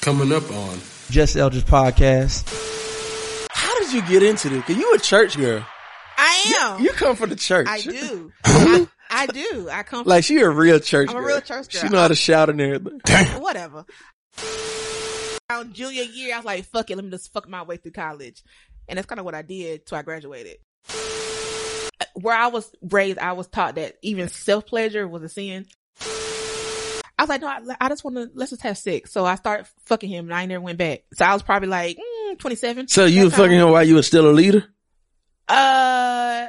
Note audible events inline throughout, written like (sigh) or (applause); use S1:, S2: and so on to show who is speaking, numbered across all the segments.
S1: coming up on.
S2: Just Elders Podcast.
S3: How did you get into this? Cause you a church girl.
S4: I am.
S3: You come from the church.
S4: I
S3: (laughs)
S4: do. I, I do. I come.
S3: Like she a real church
S4: I'm a
S3: girl.
S4: real church girl.
S3: She know how to shout and everything.
S4: from, (laughs) whatever. Around junior year, I was like, "Fuck it, let me just fuck my way through college," and that's kind of what I did till I graduated. Uh, Where I was raised, I was taught that even self pleasure was a sin. I was like, no, I, I just want to let's just have sex. So I started fucking him, and I ain't never went back. So I was probably like mm, 27.
S3: So you were
S4: That's how-
S3: fucking him while you were still a leader?
S4: Uh,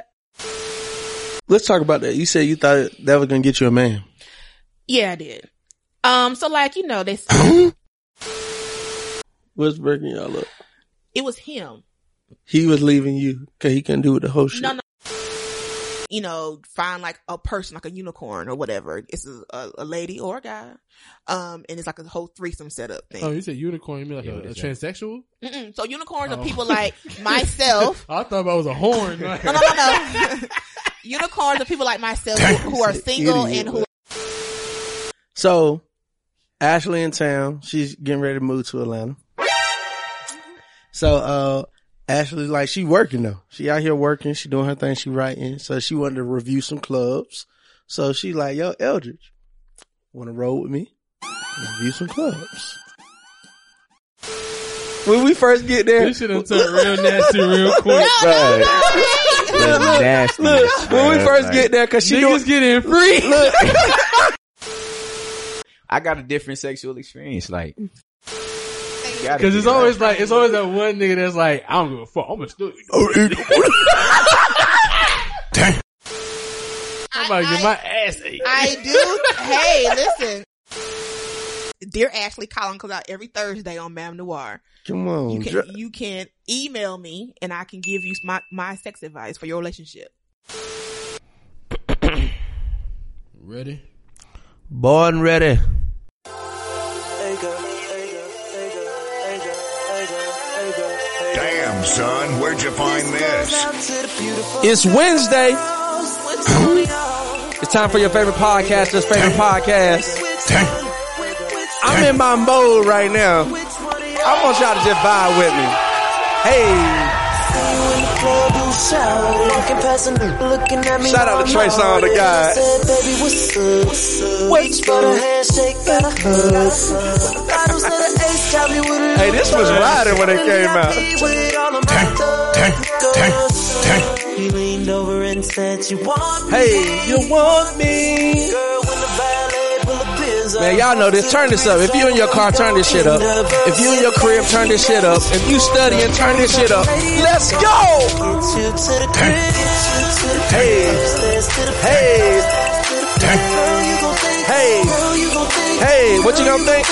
S3: Let's talk about that. You said you thought that was gonna get you a man.
S4: yeah, I did. Um, so like
S3: (coughs)
S4: you know, they
S3: What's breaking y'all up?
S4: it was him.
S3: He was leaving you cause he couldn't do the whole shit.
S4: No, no. You know, find like a person, like a unicorn or whatever. It's a, a, a lady or a guy, um, and it's like a whole threesome setup thing.
S1: Oh, you said unicorn. You mean like
S2: Yo,
S1: a, a
S2: this
S1: transsexual?
S4: Mm-mm. So unicorns
S1: Oh.
S4: are people like
S1: (laughs)
S4: myself.
S1: I thought that was a
S3: (laughs)
S1: horn. Like, (laughs)
S4: No, no, no, no. (laughs) unicorns are people like myself who, who are
S3: Idiot,
S4: single and who.
S3: man. So Ashley in town. She's getting ready to move to Atlanta. So uh Ashley like she working though. She out here working, she doing her thing, she writing. So she wanted to review some clubs. So she like, yo, Eldridge, wanna roll with me? Review some clubs. When we first get there,
S1: this shit done turned real nasty
S3: (laughs)
S1: real quick.
S3: look, look,
S2: (laughs) Nasty.
S3: look, when we
S2: Bruh,
S3: first
S2: like-
S3: get there, cause she
S1: Niggas
S3: doing,
S1: getting free.
S2: (laughs)
S3: look,
S2: I got a different sexual experience. Like, gotta
S1: Cause it's
S2: be
S1: always like, it's always that one nigga that's like, I don't give a fuck. I'm gonna still
S3: Oh,
S4: I-
S1: I'm about to get
S4: I-
S1: my ass ate.
S4: I do. hey, listen. Dear Ashley Collin comes out every Thursday on Mam Noir.
S3: come on,
S4: You can
S3: dr-
S4: you can email me and I can give you my, my sex advice for your relationship.
S1: Ready?
S2: Born ready.
S5: Damn, son, where'd you find this?
S2: It's Wednesday. It's time for your favorite podcaster's favorite podcast.
S3: I'm in my mode right now. I want y'all to just vibe with me. Hey,
S6: Shout out to Trey Song, the guy. Wait for the handshake and a hug. Hey, this was riding when it came out. He leaned over and said, "You want
S3: hey, you want me?
S6: Man, y'all know this. Turn this up. If you in your car, turn this shit up. If you in your crib, turn this shit up. If you studying, turn this shit up. Let's go! Hey. Hey. Hey. Hey, what you gonna think?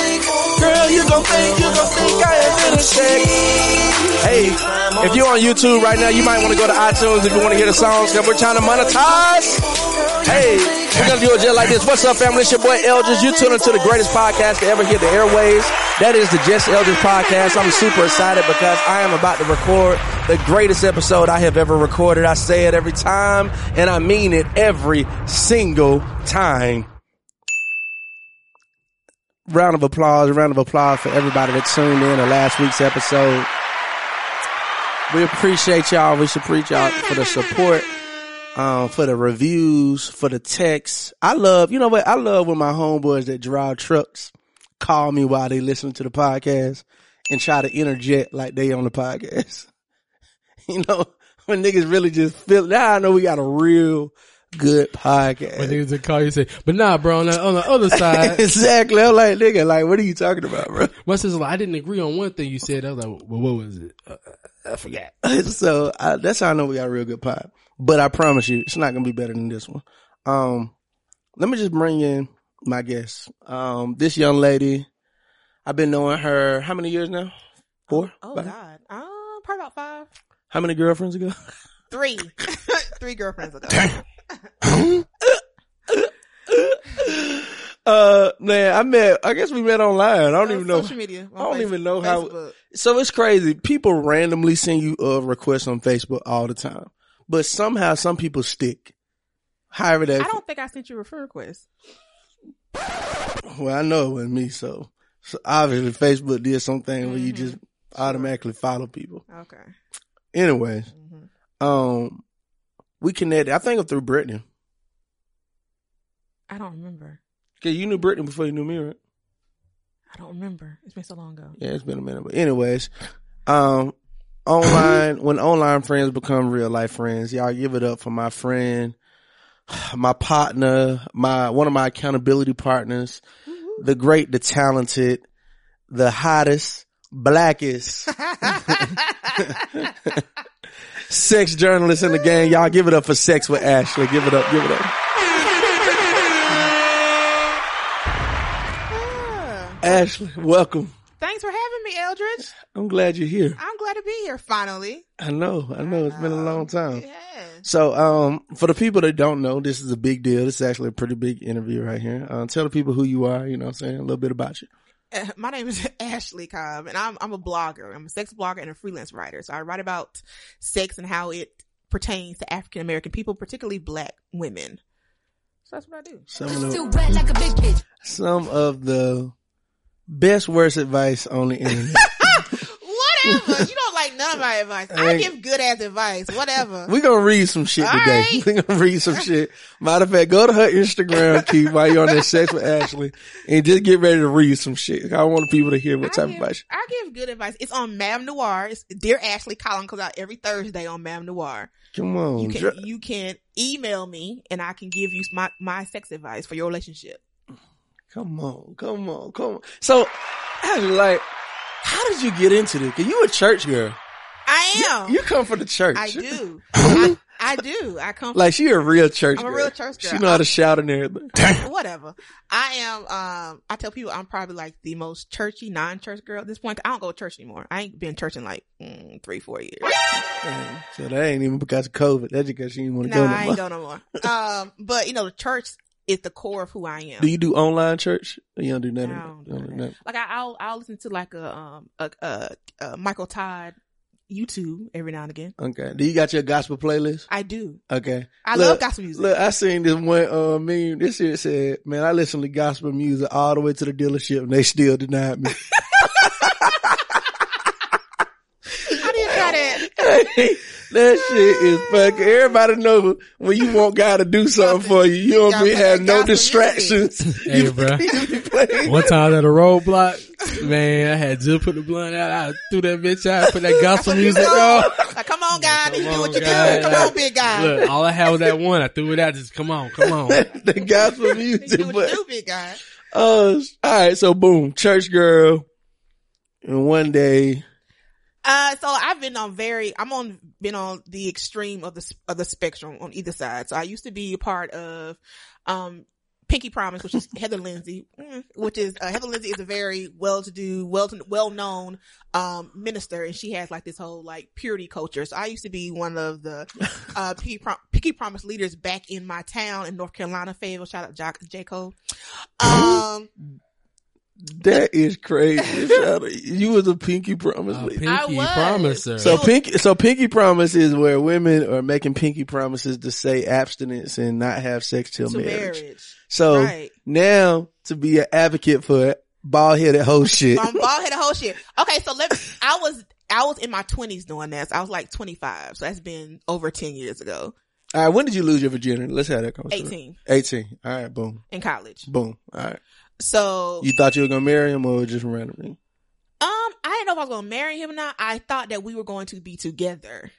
S6: Girl, you gonna think, you gonna think I am in a shake.
S3: Hey, if you're on YouTube right now, you might want to go to iTunes if you want to hear the songs because we're trying to monetize. Hey, we're gonna do it just like this. What's up, family? It's your boy Eldridge. You tuning to the greatest podcast to ever hit the airwaves. That is the Jess Eldridge podcast. I'm super excited because I am about to record the greatest episode I have ever recorded. I say it every time, and I mean it every single time. Round of applause, round of applause for everybody that tuned in to last week's episode. We appreciate y'all. We should preach y'all for the support, um, for the reviews, for the texts. I love, you know what? I love when my homeboys that drive trucks call me while they listen to the podcast and try to interject like they on the podcast. (laughs) You know, when niggas really just feel, now I know we got a real good
S1: When
S3: podcast.
S1: niggas that call you say, but nah, bro, on the, on the other side,
S3: (laughs) exactly. I'm like, nigga, like, what are you talking about, bro?
S1: my sister's like, I didn't agree on one thing you said. I was like, well, what was it? Uh, I forgot.
S3: (laughs) so I, that's how I know we got a real good pod. But I promise you, it's not gonna be better than this one. Um, let me just bring in my guest. Um, this young lady, I've been knowing her how many years now? Four.
S4: Oh
S3: Five?
S4: God, um, probably about five,
S3: How many girlfriends ago? (laughs)
S4: three, (laughs) three girlfriends ago.
S3: uh, man, I met. I guess we met online. I don't even know.
S4: Social media. on
S3: I don't even know how-
S4: Facebook.
S3: So it's crazy. People randomly send you a request on Facebook all the time, but somehow some people stick. However, that
S4: I don't think I sent you a referral request.
S3: Well, I know it wasn't me, so So obviously, Facebook did something where you
S4: Mhm.
S3: just automatically follow people.
S4: Okay.
S3: Anyways,
S4: hmm
S3: um, we connected. I think through Brittany.
S4: I don't remember.
S3: Cause you knew Brittany before you knew me, right?
S4: I don't remember. It's been so long ago.
S3: Yeah, it's been a minute. But anyways, um, online when online friends become real life friends, y'all give it up for my friend, (sighs) my partner, my one of my accountability partners, the great, the talented, the hottest, blackest sex journalist in the game. Y'all give it up for sex with Ashley. Give it up. Give it up.
S4: Ah.
S3: Ashley, welcome.
S4: Thanks for having me, Eldridge.
S3: I'm glad you're here.
S4: I'm glad to be here finally.
S3: I know. I know. It's been a long time.
S4: Yes.
S3: So, um, for the people that don't know, this is a big deal. This is actually a pretty big interview right here. Uh, tell the people who you are, you know what I'm saying? A little bit about you.
S4: Uh, (laughs) my name is Ashley Cobb, and I'm I'm a blogger. I'm a sex blogger and a freelance writer. So I write about sex and how it pertains to African American people, particularly Black women. So that's what I do.
S3: Some of the, some of the best worst advice on the internet. (laughs)
S4: Whatever. you don't like none of my advice. I
S3: Hey.
S4: give good ass advice. Whatever.
S3: we gonna read some shit
S4: All
S3: today. (laughs)
S4: right.
S3: we gonna read some shit. Matter of fact, go to her Instagram, Keith, while you're on that sex with Ashley and just get ready to read some shit. I want people to hear what
S4: I
S3: type of
S4: give,
S3: advice.
S4: I give good advice. It's on Mam Noir. It's Dear Ashley Colin comes out every Thursday on Mam Noir.
S3: Come on.
S4: You
S3: dr-
S4: can you can email me and I can give you my, my sex advice for your relationship.
S3: Come on, come on, come on. So, I was like, how did you get into this? Cause you a church girl.
S4: I am.
S3: You come from the church. (laughs)
S4: I do. I, I do. I come
S3: Like she a real church
S4: I'm a
S3: girl.
S4: real church girl.
S3: She know how to shout and everything.
S4: (laughs) whatever. I am. Um, I tell people I'm probably like the most churchy non-church girl at this point. I don't go to church anymore. I ain't been church in like mm, three, four years.
S3: Dang. So that ain't even because of COVID. That's because she didn't want to go
S4: No, I
S3: no more.
S4: ain't go no more. Um, but you know, the church is the core of who I am.
S3: Do you do online church? Or you don't do nothing.
S4: I don't
S3: You don't
S4: do
S3: do
S4: that.
S3: nothing.
S4: like I, I'll I'll listen to like a um a, a, a Michael Todd YouTube every now and again.
S3: Okay. Do you got your gospel playlist?
S4: I do.
S3: Okay.
S4: I
S3: Look,
S4: love gospel music.
S3: Look, I seen this one uh meme. This shit said, Man, I listened to gospel music all the way to the dealership and they still denied
S4: (laughs)
S3: me.
S4: I didn't try that.
S3: that shit is fucking. Everybody know when you want God to do something for you, you don't
S4: Y'all
S3: be
S4: play
S3: have no
S4: gospel
S3: distractions. (laughs)
S1: Hey,
S3: you,
S1: bruh.
S3: you be playing.
S1: One time at a roadblock, man, I had just put the blunt out. I threw that bitch out, put that
S3: (laughs)
S1: gospel music on.
S4: Like, come on, God, you do
S1: on,
S4: what you
S1: God.
S4: do. Come on, big guy.
S1: Look, all I had was that one. I threw it out. Just come on, come
S3: (laughs)
S1: on.
S3: the
S4: (laughs)
S3: gospel (laughs)
S4: you do
S3: music.
S4: what
S3: But
S4: you do, big guy.
S3: uh, all right, so boom, church girl, and one day,
S4: Uh, so I've been on very, I'm on, been on the extreme of the, s- of the spectrum on either side. So I used to be a part of, um, Pinky Promise, which is Heather Lindsay, mm, which is, uh, Heather Lindsay is a very well-to-do, well, well-known, um, minister. And she has like this whole like purity culture. So I used to be one of the, uh, Pinky, Prom- Pinky Promise leaders back in my town in North Carolina, Fayetteville. Shout out Jock, J. Cole. Um,
S3: that is crazy. Shout
S4: (laughs)
S3: out- you was a pinky promise.
S1: Uh,
S3: lady.
S1: pinky
S4: was.
S1: promiser.
S3: so pinky, so pinky promise is where women are making pinky promises to say abstinence and not have sex till
S4: to
S3: marriage. Oh,
S4: marriage.
S3: So
S4: Right.
S3: now to be an advocate for bald headed whole shit.
S4: I'm bald headed whole shit. Okay, so let me, I was I was in my twenties doing this. I was like twenty five, so that's been over ten years ago.
S3: All right, when did you lose your virginity? Let's have that conversation.
S4: Eighteen
S3: Eighteen. All right, boom,
S4: in college.
S3: boom. All right.
S4: So
S3: You thought you were gonna marry him or just randomly?
S4: um I didn't know if I was gonna marry him or not. I thought that we were going to be together.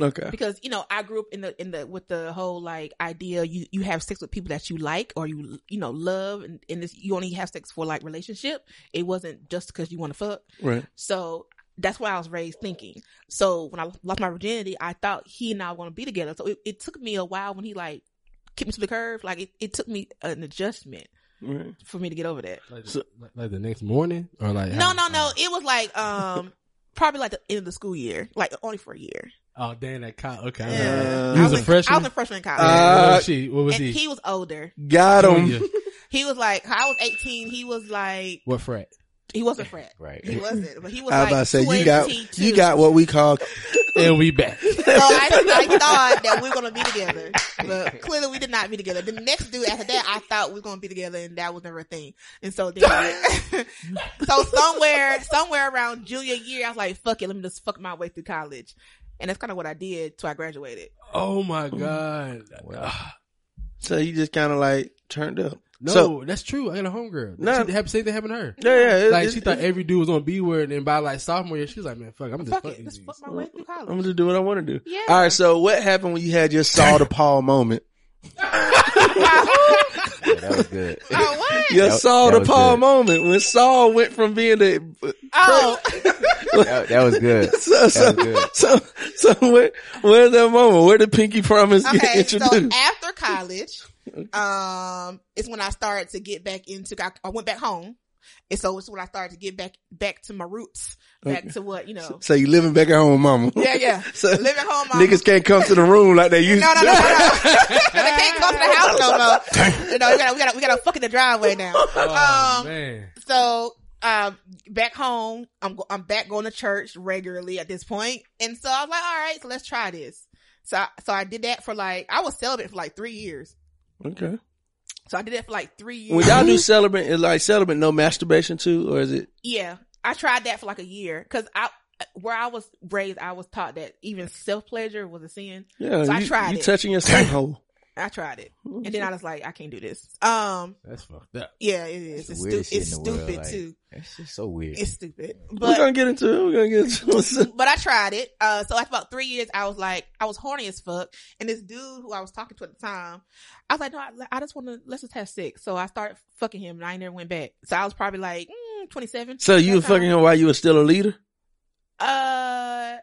S3: Okay.
S4: Because, you know, I grew up in the in the with the whole like idea you you have sex with people that you like or you you know love and, and this you only have sex for like relationship. It wasn't just because you want to fuck.
S3: Right.
S4: So that's why I was raised thinking. So when I lost my virginity, I thought he and I were going to be together. So it, it took me a while when he like kicked me to the curve. Like it, it took me an adjustment
S3: Right.
S4: for me to get over that.
S1: like,
S3: so-
S1: like- like the next morning or like
S4: No,
S1: how-
S4: no, no. It was like, um, probably like the end of the school year, like only for a year.
S1: Oh, damn, that cop. Okay, I
S4: Yeah.
S1: remember.
S3: Uh,
S1: you was
S4: I
S1: a
S4: in-
S1: freshman.
S4: I was a freshman in college.
S3: Uh,
S1: what was she? What was
S4: and
S1: he?
S4: he was older.
S3: Got
S1: Junior.
S3: (laughs) him.
S4: He was like, I was 18. He was like,
S1: What frat?
S4: he wasn't frat.
S2: Right. (laughs)
S4: He wasn't, but he was
S3: I was
S4: like
S3: about to say you got
S4: 22.
S3: you got what we call
S1: (laughs) and we back.
S4: (laughs) So I, I thought that we were gonna be together,
S1: (laughs)
S4: but clearly we did not be together. The next dude after that, I thought we were gonna be together, and that was never a thing. And so then, (laughs) so somewhere, somewhere around junior year, I was like, "Fuck it, let me just fuck my way through college," and that's kind of what I did till I graduated.
S1: (laughs) Oh my god. Ah,
S3: So you just kind of like turned up.
S1: No,
S3: So-
S1: that's true. I got a homegirl.
S3: No.
S1: No, she, hap- same thing happened to her.
S3: Yeah, yeah. it-
S1: Like
S3: it-
S1: she thought
S3: it-
S1: every dude was gonna be with her, and then by like sophomore year, she was like, "Man, fuck, I'm just
S4: Fuck
S1: fucking
S4: it,
S1: these."
S4: just fuck my way through
S3: I'm
S4: college.
S3: gonna do what I want to do.
S4: Yeah.
S1: (laughs)
S3: All right. So what happened when you had your Saul to Paul moment?
S2: Yeah, that was
S3: (laughs)
S2: good.
S4: (laughs) Oh
S1: (laughs)
S4: what?
S3: Your
S2: That-
S3: Saul
S2: that
S3: to
S2: was
S3: Paul
S2: good.
S3: moment when Saul went from being the
S4: Oh,
S2: That, that was good.
S3: so so
S2: That
S3: (laughs)
S2: was good.
S3: so, so where, where's that moment? Where did Pinky (laughs) Promise get
S4: okay. So
S3: introduced?
S4: after college, um, it's when I started to get back into. I, I went back home, and so it's when I started to get back back to my roots, back to what you (laughs) know.
S3: so you living back at home, Mama?
S4: Yeah, yeah.
S3: (laughs) So-
S4: Living home, um, mama.
S3: Niggas can't come to the room like (laughs) they used.
S4: No, no,
S3: to.
S4: no, no, no. 'Cause (laughs) they can't come to the house
S3: (laughs)
S4: no more. You know, we gotta, we gotta, we gotta fuck in the driveway now.
S1: Oh,
S4: um,
S1: man,
S4: so, um, back home, I'm, go- I'm back going to church regularly at this point. And so I was like, all right, so let's try this. So, I, so I did that for like, I was celibate for like three years.
S3: (laughs) Okay.
S4: So I did that for like three years.
S3: When y'all do celibate, is like celibate no masturbation too, or is it?
S4: Yeah, I tried that for like a year because I, where I was raised, I was taught that even self pleasure was a sin.
S3: Yeah,
S4: So I
S3: you,
S4: tried
S3: you
S4: it.
S3: touching
S4: (laughs)
S3: your son hole.
S4: I tried it, and then I was like, I can't do this. Um,
S1: that's fucked up.
S4: yeah, it is.
S2: the
S4: It's,
S2: weirdest
S4: stu-
S2: shit
S4: it's
S2: in the world,
S4: stupid
S2: like-
S4: too.
S2: That's just so weird.
S4: It's stupid,
S3: we're
S4: but
S3: gonna get into it. We're gonna get into
S4: (laughs)
S3: it.
S4: but I tried it. Uh, so after about three years, I was like, I was horny as fuck, and this dude who I was talking to at the time, I was like, no, I, I just want to let's just have sex. So I started fucking him, and I ain't never went back. So I was probably like mm, twenty seven.
S3: So you were fucking him while you were still a leader.
S4: Uh,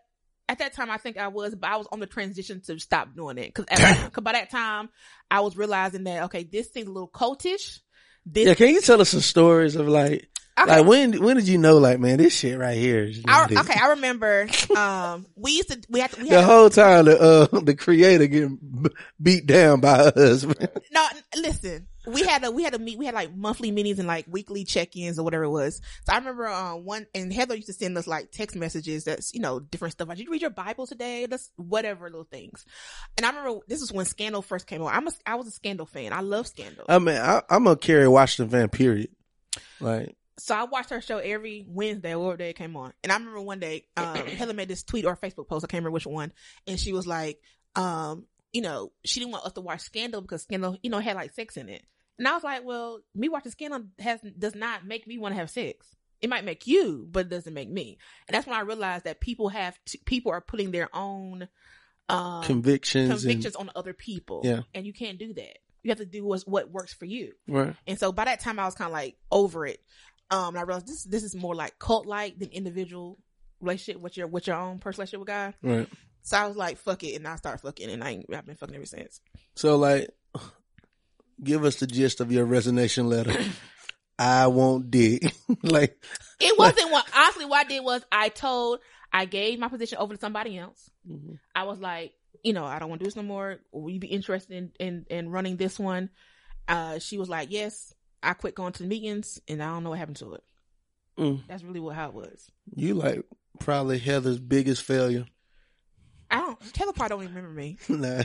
S4: at that time, I think I was, but I was on the transition to stop doing it because by that time, I was realizing that okay, this thing's a little cultish. This,
S3: Yeah, can you tell us some stories of like,
S4: Okay.
S3: like when when did you know like man this shit right here? Is
S4: I,
S3: this-
S4: okay, I remember. Um, we used to we had to, we
S3: The
S4: had
S3: whole time the uh (laughs) the creator getting b- beat down by us.
S4: (laughs)
S3: man.
S4: no n- listen. We had a we had a meet. We had like monthly meetings and like weekly check ins or whatever it was. So I remember uh, one and Heather used to send us like text messages that's you know different stuff. Like, did you read your Bible today? That's whatever little things. And I remember this is when Scandal first came on. I'm a I was a Scandal fan. I love Scandal.
S3: I mean, I, I'm a Kerry Washington fan. Period. Like,
S4: so I watched her show every Wednesday, whatever day it came on. And I remember one day,
S3: (clears throat)
S4: um, Heather made this tweet or Facebook post, I can't remember which one, and she was like, um, you know, she didn't want us to watch Scandal because Scandal, you know, had like sex in it. And I was like, well, me watching Scandal has does not make me want to have sex. It might make you, but it doesn't make me. And that's when I realized that people have to, people are putting their own um,
S3: convictions,
S4: convictions on other people,
S3: Yeah.
S4: and you can't do that. You have to do what's, what works for you.
S3: and right.
S4: And so by that time, I was kind of like over it. Um, and I realized this this is more like cult like than individual relationship with your with your own personal relationship with God.
S3: Right.
S4: So I was like, fuck it, and I started fucking, and I ain't, I've been fucking ever since.
S3: So like, give us the gist of your resignation
S4: (clears throat)
S3: letter. I won't dig. (laughs) like,
S4: It wasn't what honestly what I did was I told I gave my position over to somebody else. I was like, you know, I don't want to do this no more. Will you be interested in in, in running this one? Uh, she was like, yes. I quit going to the meetings, and I don't know what happened to it.
S3: Mm.
S4: That's really what how it was.
S3: you like probably Heather's biggest failure. (laughs)
S4: I don't. Taylor probably don't even remember me. (laughs)
S3: nah.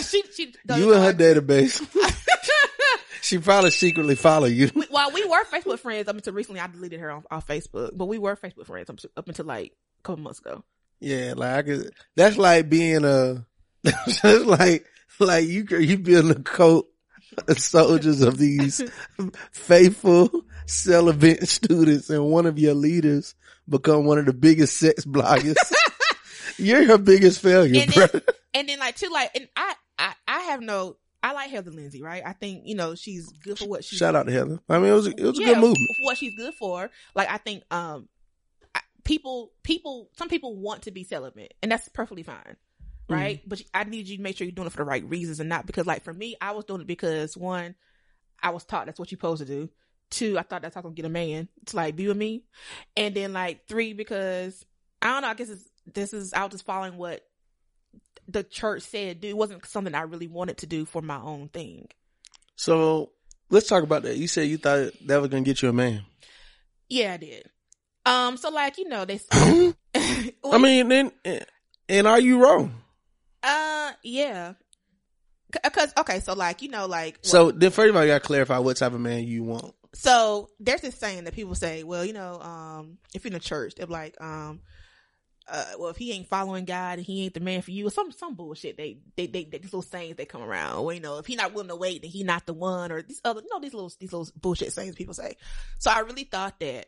S4: she she don't
S3: you
S4: even
S3: in
S4: know
S3: her
S4: I-
S3: database. she probably secretly follow you.
S4: (laughs)
S3: (laughs)
S4: we, well, we were Facebook friends up until recently. I deleted her on, off Facebook, but we were Facebook friends up, to, up until like a couple months ago.
S3: Yeah, like I could, that's like being a (laughs) that's like like you could- you being a cult of soldiers of
S4: (laughs)
S3: these faithful celibate students, and one of your leaders become one of the biggest sex
S4: (laughs)
S3: bloggers. You're her biggest failure,
S4: And
S3: bro. (laughs)
S4: then- And then like too, like and I I I have no. I like Heather Lindsay, right? I think you know she's good for what she.
S3: Shout out to Heather. I mean, it was it was a
S4: Yeah,
S3: good movement.
S4: for What she's good for, like I think um I- people people some people want to be celibate, and that's perfectly fine.
S3: Mm-hmm.
S4: Right, but I need you to make sure you're doing it for the right reasons and not because, like, for me, I was doing it because one, I was taught that's what you're supposed to do. Two, I thought that's how I'm gonna get a man to like be with me, and then like three because I don't know. I guess it's, this is I was just following what the church said. Dude, it wasn't something I really wanted to do for my own thing.
S3: So let's talk about that. You said you thought that was gonna get you a man. (gasps)
S4: (laughs) Yeah, I did. Um, so like you know they.
S3: I mean, then eh, And are you wrong?
S4: Uh, yeah. Because okay, so like you know, like
S3: So then first of all, you gotta clarify what type of man you want.
S4: so there's this saying that people say, well, you know, um, if you're in the church, they're like, um, uh, well, if he ain't following God and he ain't the man for you, or some some bullshit. They they they, they these little sayings that come around. Well, you know, if he not willing to wait, then he not the one, or these other you know these little these little bullshit sayings people say. So I really thought that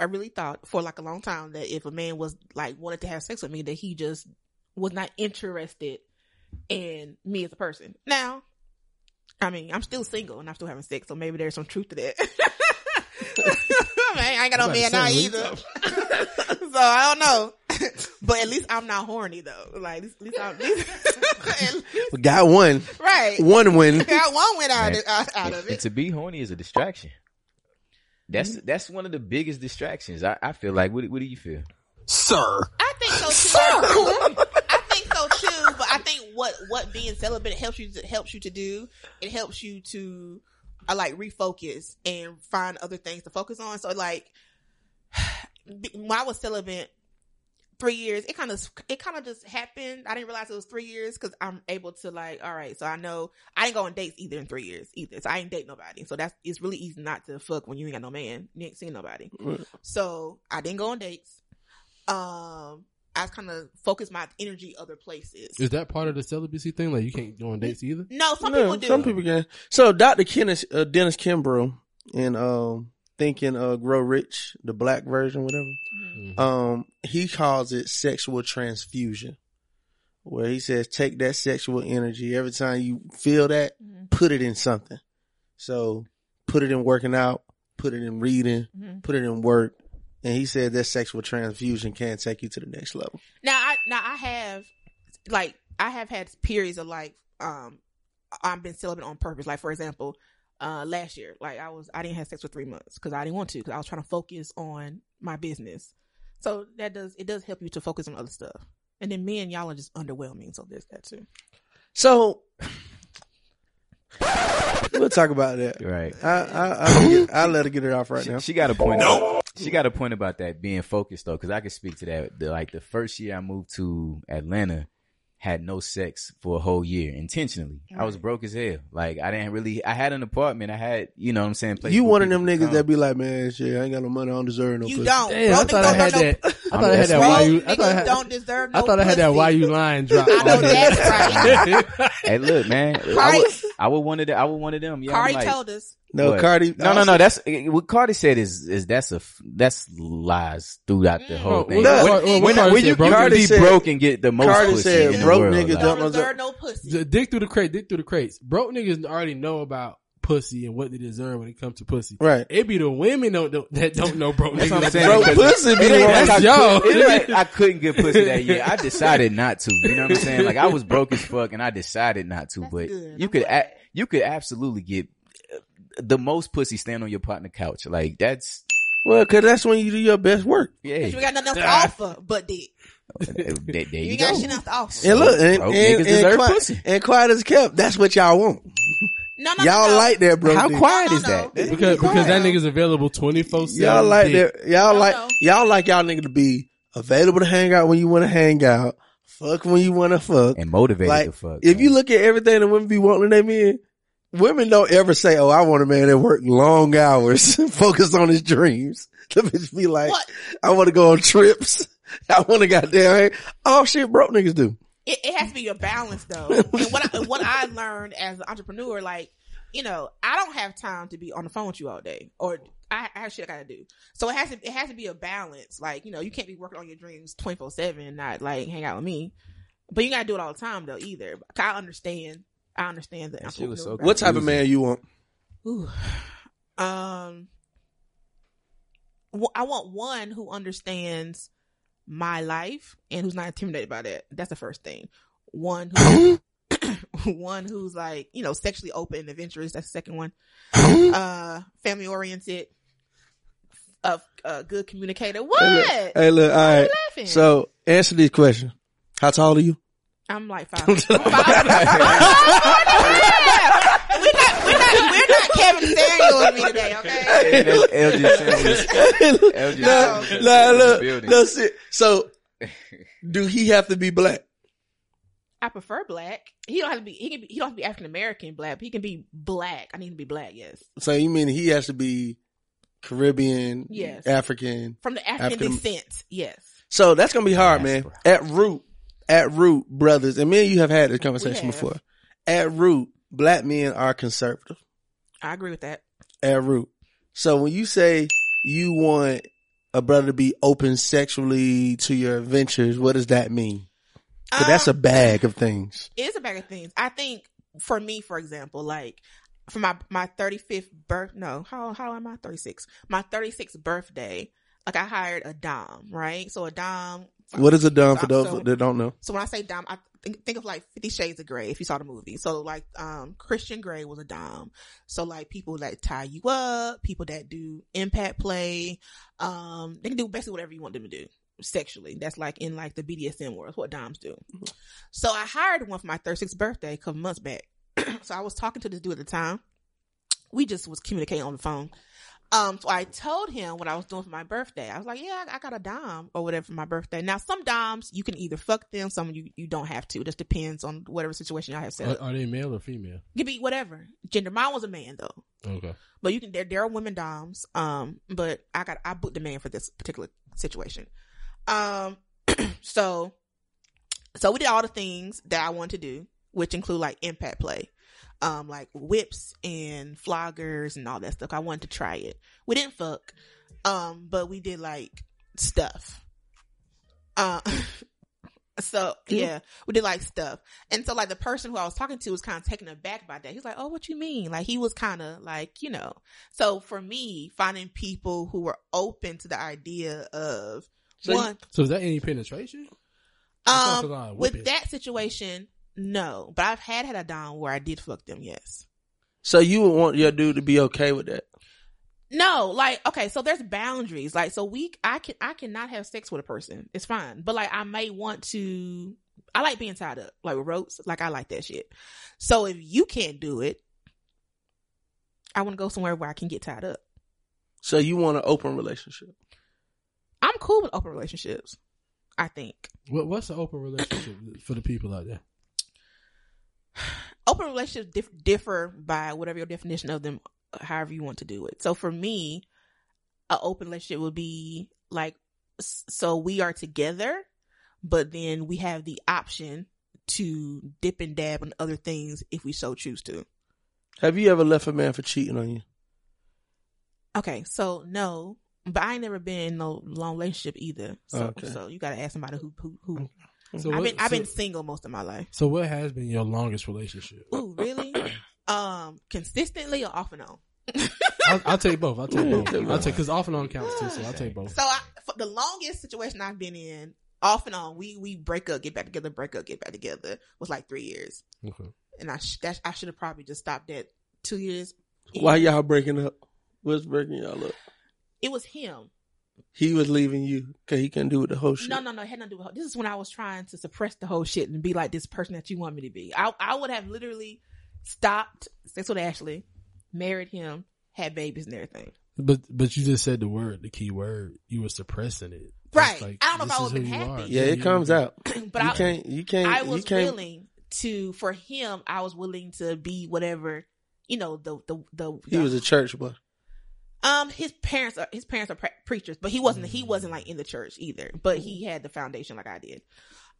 S4: I really thought for like a long time that if a man was like wanted to have sex with me, that he just was not interested in me as a person. Now, I mean, I'm still single and I'm still having sex, so maybe there's some truth to that. (laughs) man, I ain't got no man now either. (laughs) so I don't know. (laughs) but at least I'm not horny though. Like at least I'm (laughs)
S3: We got one.
S4: right.
S3: One (laughs) win.
S4: Got one went out,
S2: Man,
S4: of- out, out of
S2: And
S4: it.
S2: to be horny is a distraction. That's that's one of the biggest distractions. I, I feel like. What, what do you feel?
S4: I think so too. I think so too. But I think what what being celibate helps you to, helps you to do. It helps you to uh, like refocus and find other things to focus on. So like (sighs) be- when I was celibate three years, it kind of it kind of just happened. I didn't realize it was three years because I'm able to like all right. So I know I didn't go on dates either in three years either. So I ain't date nobody. So that's it's really easy not to fuck when you ain't got no man. You ain't seen nobody.
S3: Mm.
S4: So I didn't go on dates um I kind of focus my energy other places.
S1: Is that part of the celibacy thing? Like you can't go on dates either.
S4: no, some
S3: No,
S4: people do.
S3: Some people can. So Dr. Kenneth, uh, Dennis Kimbrough in um, Thinking uh, Grow Rich, the black version, whatever. Um, he calls it sexual transfusion, where he says take that sexual energy every time you feel that,
S4: Mhm.
S3: put it in something. So put it in working out, put it in reading,
S4: Mhm.
S3: put it in work. And he said that sexual transfusion can take you to the next level.
S4: Now I now I have like I have had periods of like um I've been celibate on purpose. Like for example, uh last year, like I was I didn't have sex for three months because I didn't want to because I was trying to focus on my business. So that does it does help you to focus on other stuff. And then men, y'all are just underwhelming. So there's that too.
S3: So we'll talk about that.
S2: Right.
S3: I I I let, it, I let her get it off right now.
S2: She, she got a point. About, she got a point about that being focused though, because I can speak to that. The, like the first year I moved to Atlanta, had no sex for a whole year intentionally. I was broke as hell. Like I didn't really. I had an apartment. I had you know what I'm saying. place
S3: You
S2: for
S3: one of them
S2: people
S3: niggas
S2: to come.
S3: that be like, man, shit, I ain't got no money, I don't deserve no
S4: You
S3: pussy.
S4: don't.
S1: Damn, I
S4: Broke
S1: thought I
S4: niggas
S1: had
S4: don't
S1: that.
S4: know-
S1: I thought I had that.
S4: broke
S1: Why you? I thought I
S4: niggas
S1: had.
S4: don't deserve no
S1: I thought I had that.
S4: pussy.
S1: Why you lying? Drop.
S4: I know
S1: on me. (laughs)
S4: that's right.
S2: Hey, look, man. I would, I would one of the, I would one of them. Yeah, I'm
S4: Cardi
S2: like-
S4: told us.
S3: No,
S2: What?
S3: Cardi.
S2: No, no, no. That's what Cardi said. Is is that's a f- that's lies throughout the
S1: Oh,
S2: whole thing.
S1: what-
S2: When-
S1: what- what
S2: when
S1: Cardi
S2: when
S1: said,
S2: you
S1: broke
S2: can
S3: Cardi
S2: be
S3: said-
S2: broke and get the most
S3: Cardi
S2: pussy
S3: said
S2: in the
S3: broke
S2: world,
S3: niggas
S2: like-
S3: don't
S4: Don't deserve no pussy.
S1: Just dig through the crate. Dig through the crates. Broke niggas already know about pussy and what they deserve when it comes to pussy.
S3: Right.
S1: It be the women don't, don't that don't know broke
S2: That's
S1: niggas.
S2: what I'm
S1: that
S2: saying.
S1: broke.
S3: Bro,
S2: Because
S3: pussy be
S2: It ain't
S3: like
S2: like I,
S1: Yo.
S2: could, (laughs) it ain't like I couldn't get pussy that year. I decided not to. You know what I'm saying? Like I was broke as fuck, and I decided not to.
S4: That's
S2: but
S4: good.
S2: you
S4: I'm
S2: could
S4: glad.
S2: a, you could absolutely get uh, the most pussy stand on your partner couch. Like that's
S3: Well, cause that's when you do your best work.
S2: yeah.
S4: 'Cause you got
S1: (laughs)
S4: nothing else to offer but dick.
S2: There, there you,
S4: You,
S2: go.
S4: got shit else to offer.
S3: And look, and,
S2: Broke
S3: and,
S2: niggas deserve
S3: and, quiet,
S2: pussy.
S3: and quiet as kept. That's what y'all want.
S4: No, no, no,
S3: Y'all
S4: no.
S3: like that, bro.
S2: How quiet
S4: No,
S2: is
S4: no,
S2: that?
S4: no.
S1: Because because that nigga's available twenty four seven.
S3: Y'all like that. Y'all
S4: No,
S3: like
S4: no.
S3: y'all like y'all nigga to be available to hang out when you want to hang out. Fuck when you want to fuck.
S2: And motivated
S3: Like,
S2: the fuck.
S3: If you (laughs)
S2: man.
S3: look at everything that women be wanting them in, women don't ever say, "Oh, I want a man that work long hours, (laughs) focused on his dreams." (laughs) The bitch be like,
S4: What?
S3: "I want to go on trips. (laughs) I want to goddamn hang." All shit broke niggas do.
S4: It, it has to be a balance,
S2: (laughs)
S4: though. and what I, what I learned as an entrepreneur, like you know, I don't have time to be on the phone with you all day, or I, I have shit I gotta do. So it has to it has to be a balance. Like you know, you can't be working on your dreams twenty four seven and not like hang out with me. But you gotta do it all the time though. Either I understand, I understand that.
S2: That shit was so
S4: entrepreneur.
S2: good.
S3: What type of man you want?
S4: Ooh. Um, wh- I want one who understands my life and who's not intimidated by that. That's the first thing. One who, (coughs) one who's like you know sexually open and adventurous. That's the second
S3: (coughs)
S4: one. uh, family oriented. A, a good communicator. What?
S3: Hey, look, hey, look, all right.
S4: Laughing.
S3: So answer this question: How tall are you?
S4: I'm
S3: (laughs)
S4: like five. five. five- Yeah. We're not, we're not, we're not Kevin Samuel with me today, okay?
S2: Hey, that's LG Simmons.
S3: no, no,
S2: LG Simmons in the
S3: (laughs) no, look,
S2: building.
S3: no, see, so Do he have to be black?
S4: I prefer black. He don't have to be. He can be. He don't have to be African American black. But he can be black. I need to be black. Yes.
S3: So you mean he has to be Caribbean,
S4: Yes.
S3: African?
S4: From the African,
S3: African-
S4: descent. Yes.
S3: So that's gonna be hard, man. At root, at root, brothers, and me and you have had this conversation
S4: have.
S3: before. At root, black men are conservative.
S4: I agree with that.
S3: At root. So when you say you want a brother to be open sexually to your ventures, what does that mean? 'Cause that's a
S4: Um,
S3: bag of things.
S4: it's a bag of things. I think for me, for example, like for my my thirty fifth birth no, how how am I thirty six? My thirty sixth birthday, like I hired a dom, right? So a dom.
S3: What is a dumb for
S4: I'm
S3: those
S4: so-
S3: that don't know?
S4: So when I say dom, I think, think of like Fifty Shades of Grey. If you saw the movie, so like um Christian Grey was a dom. So like people that tie you up, people that do impact play, um, they can do basically whatever you want them to do sexually. That's like in like the BDSM world, it's what doms do. So I hired one for my 36th birthday a couple months back. (clears throat) so I was talking to this dude at the time. We just was communicating on the phone. Um, so I told him what I was doing for my birthday. I was like, "Yeah, I, I got a dom or whatever for my birthday." Now, some doms you can either fuck them, some you you don't have to. It just depends on whatever situation y'all have set
S1: Are,
S4: up.
S1: are they male or female?
S4: It could be whatever gender. Mine was a man though
S1: Okay.
S4: but you can there, there are women doms um but i got i booked a man for this particular situation um (clears throat) so so we did all the things that i wanted to do which include like impact play um like whips and floggers and all that stuff i wanted to try it we didn't fuck um but we did like stuff uh (laughs) so yeah we did like stuff and so like the person who I was talking to was kind of taken aback by that. He's like, "Oh, what you mean?" Like he was kind of like, you know. So for me, finding people who were open to the idea of
S3: So you-
S4: one
S1: So is that any penetration? I thought it was
S4: um
S1: on
S4: with
S1: whipping.
S4: that situation, no. But I've had had a dom where I did fuck them. Yes.
S3: So you would want your dude to be okay with that?
S4: No, like okay, so there's boundaries. Like so we I can I cannot have sex with a person. It's fine. But like I may want to I like being tied up, like with ropes. Like I like that shit. So if you can't do it, I want to go somewhere where I can get tied up.
S3: So you want an open relationship?
S4: I'm cool with open relationships. I think.
S1: What, what's an open relationship for the people out there?
S4: open relationships dif- differ by whatever your definition of them however you want to do it so for me an open relationship would be like s- so we are together but then we have the option to dip and dab on other things if we so choose to
S3: Have you ever left a man for cheating on you?
S4: okay so no but i ain't never been in no long relationship either so,
S3: Okay.
S4: so you gotta ask somebody who who, who.
S1: So
S4: i've
S1: what,
S4: been i've
S1: so,
S4: been single most of my life
S1: So what has been your longest relationship?
S4: Ooh, really um consistently or off and on
S1: I'll, I'll take both. I'll take both. I'll take because off and on counts too. So I'll take both.
S4: So I, for the longest situation I've been in, off and on, we we break up, get back together, break up, get back together was like three years,
S1: Okay.
S4: and I sh- that, I should have probably just stopped at two years.
S3: Why y'all breaking up? What's breaking y'all up?
S4: It was him.
S3: He was leaving you because he couldn't do with the whole Oh, shit.
S4: No, no, no. It had nothing to do with. This is when I was trying to suppress the whole shit and be like this person that you want me to be. I I would have literally stopped sex with Ashley, married him, had babies and everything. (clears throat)
S1: But but you just said the word, the key word. You were suppressing it.
S4: Right.
S1: That's like,
S4: I don't know if
S1: this
S4: I
S1: is
S4: would've
S1: who
S4: been
S1: you
S4: happy.
S1: are.
S3: Yeah, it comes out.
S4: but
S3: you
S4: I
S3: can't. You can't.
S4: I
S3: you
S4: was
S3: can't.
S4: willing to for him. I was willing to be whatever you know. The the the
S3: He was a church boy.
S4: um his parents are his parents are pre- preachers, but he wasn't
S1: Mm.
S4: he wasn't like in the church either. But he had the foundation like I did.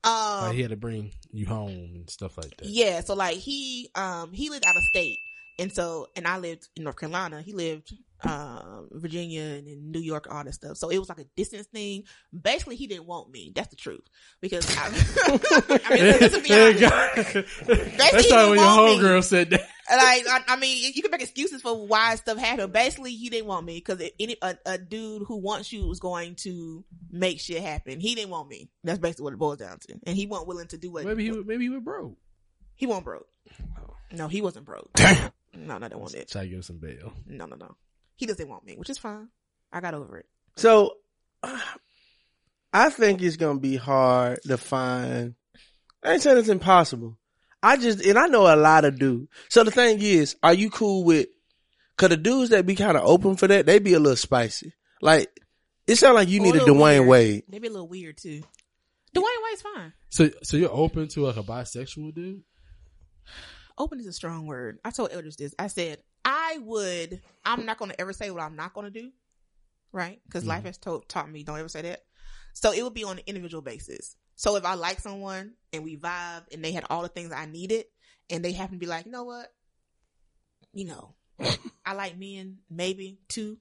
S4: Um,
S1: Like, Mm-hmm. Oh, he had to bring you home and stuff like that.
S4: yeah, (laughs) so like he um he lived out of state. And so and I lived in North Carolina. He lived um Virginia and in New York, all that stuff. So it was like a distance thing. Basically he didn't want me. That's the truth. Because
S1: (laughs)
S4: I, (laughs) I mean to, to be
S1: There you
S4: honest,
S1: go.
S4: Basically,
S1: That's not what
S4: he
S1: your
S4: want me.
S1: homegirl said that.
S4: like I, I mean, you can make excuses for why stuff happened. Basically, he didn't want me because any a, a dude who wants you is going to make shit happen. He didn't want me. That's basically what it boils down to. And he wasn't willing to do what
S1: Maybe he was- maybe he was broke.
S4: he wasn't broke. No, he wasn't broke. No, no, that wasn't it.
S1: Try to give him some bail.
S4: No, no, no. He doesn't want me, which is fine. I got over it.
S3: So, (sighs) I think it's gonna be hard to find. I ain't saying it's impossible. I just and I know a lot of dudes. So the thing is, are you cool with? Cause the dudes that be kind of open for that, they be a little spicy. Like it sound like you
S4: Or
S3: need a
S4: little
S3: Dwayne
S4: weird.
S3: Wade.
S4: They be a little weird too. Dwayne Wade's fine.
S1: So so you're open to like a bisexual dude?
S4: Open is a strong word. I told elders this. I said I would. I'm not going to ever say what I'm not going to do, right? Because life has told, taught me don't ever say that. So it would be on an individual basis. So if I like someone and we vibe and they had all the things I needed, and they happen to be like, you know what, you know, I like men maybe two,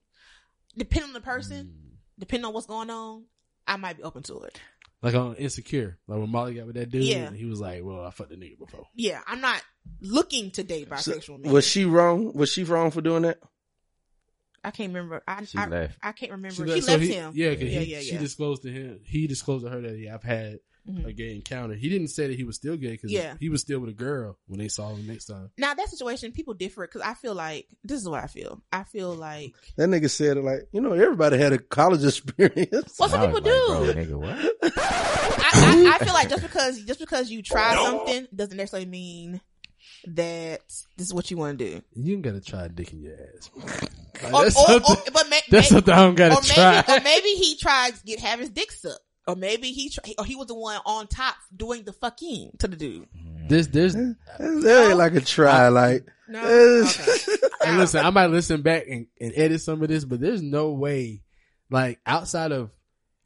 S4: depending on the person,
S1: Mm-hmm. Mm.
S4: depending on what's going on, I might be open to it.
S1: Like on Insecure, like when Molly got with that dude,
S4: Yeah.
S1: and he was like, "Well, I fucked the nigga before."
S4: Yeah, I'm not looking to date bisexual men.
S3: Was she wrong? Was she wrong for doing that?
S4: I can't remember. I
S2: She
S4: I,
S2: left.
S4: I can't remember.
S1: She
S4: She,
S1: so
S4: left
S1: he-
S4: him.
S1: Yeah, 'cause
S4: Yeah,
S1: he,
S4: yeah,
S1: she
S4: yeah.
S1: disclosed to him. He disclosed to her that yeah, I've had
S4: Mhm.
S1: a gay encounter. He didn't say that he was still gay because
S4: Yeah.
S1: he was still with a girl when they saw him next time.
S4: Now that situation, people differ because I feel like this is what I feel. I
S1: (laughs)
S4: feel like
S3: That nigga said it like, you know, everybody had a college (laughs) experience.
S4: well, some
S2: I
S4: people
S2: was
S4: do.
S2: like, Bro, nigga, what?
S4: I, I, I feel like just because just because you try
S1: Oh.
S4: something doesn't necessarily mean that this is what you want to do.
S1: You ain't gotta try dick in your
S4: (laughs)
S1: ass. bro. Like,
S4: Or,
S1: that's
S4: or, or,
S1: something,
S4: but may,
S1: (laughs) that's
S4: may-
S1: something I don't
S4: oh, or
S1: gotta try.
S4: maybe or maybe he tried to get have his dick sucked. Or maybe he tr- or he was the one on top doing the fucking to the dude.
S2: Mm,
S1: This (laughs)
S4: (laughs)
S1: there's
S3: That ain't like a try. Like,
S4: No,
S1: (laughs)
S3: (laughs)
S1: and listen, I might listen back and, and edit some of this, but there's no way, like outside of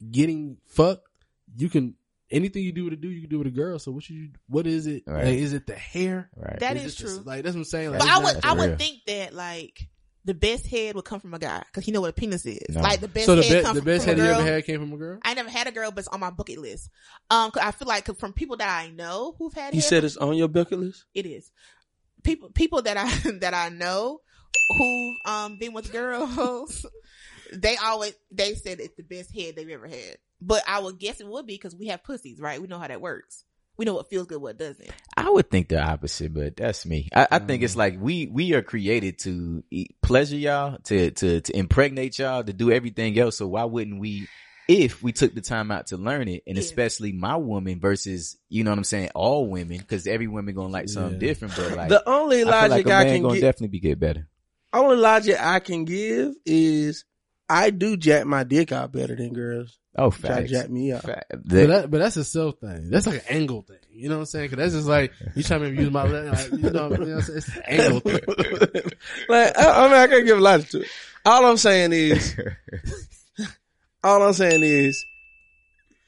S1: getting fucked, you can anything you do with a dude, you can do with a girl. So what you what is it?
S2: Right.
S1: Like, is it the hair?
S2: Right.
S4: That
S1: Is
S4: is
S1: it the-
S4: true.
S1: like that's what I'm saying. Like,
S4: But
S1: it's
S4: I
S1: not-
S4: would, I
S2: real.
S4: would think that like the best head would come from a guy because he know what a penis is.
S2: No.
S4: Like the best
S1: so the,
S4: head
S1: be,
S4: come
S1: the
S4: from,
S1: best
S4: from
S1: head
S4: a
S1: you
S4: girl.
S1: ever had came from a girl.
S4: I never had a girl, but it's on my bucket list. Um, 'cause I feel like from people that I know who've had,
S3: you
S4: head-
S3: said it's on your bucket list?
S4: it is people people that I (laughs) that I know who've um been with girls. (laughs) they always they said it's the best head they've ever had. But I would guess it would be because we have pussies, right? We know how that works. We know what feels good, what doesn't.
S2: I would think the opposite, but that's me. I, I think it's
S3: Mm.
S2: like we we are created to e- pleasure y'all, to to to impregnate y'all, to do everything else. So why wouldn't we? If we took the time out to learn it, and
S4: Yeah.
S2: especially my woman versus, you know what I'm saying, all women, because every woman gonna like something
S1: Yeah.
S2: different. But like,
S3: the only
S2: I feel like
S3: logic
S2: a
S3: I,
S2: man
S3: can
S2: gonna
S3: get,
S2: definitely be get better.
S3: only logic I can give is I do jack my dick out better than girls.
S2: Oh,
S3: Y'all
S2: facts.
S3: jack me up.
S2: Fact.
S1: But,
S2: The-
S1: that, but that's a self thing. That's like an angle thing. You know what I'm saying? Cause that's just like you trying to use my like you know, you know what I'm saying? It's an angle thing.
S3: (laughs) like I, I mean, I can't give a lot to it. All I'm saying is, all I'm saying is,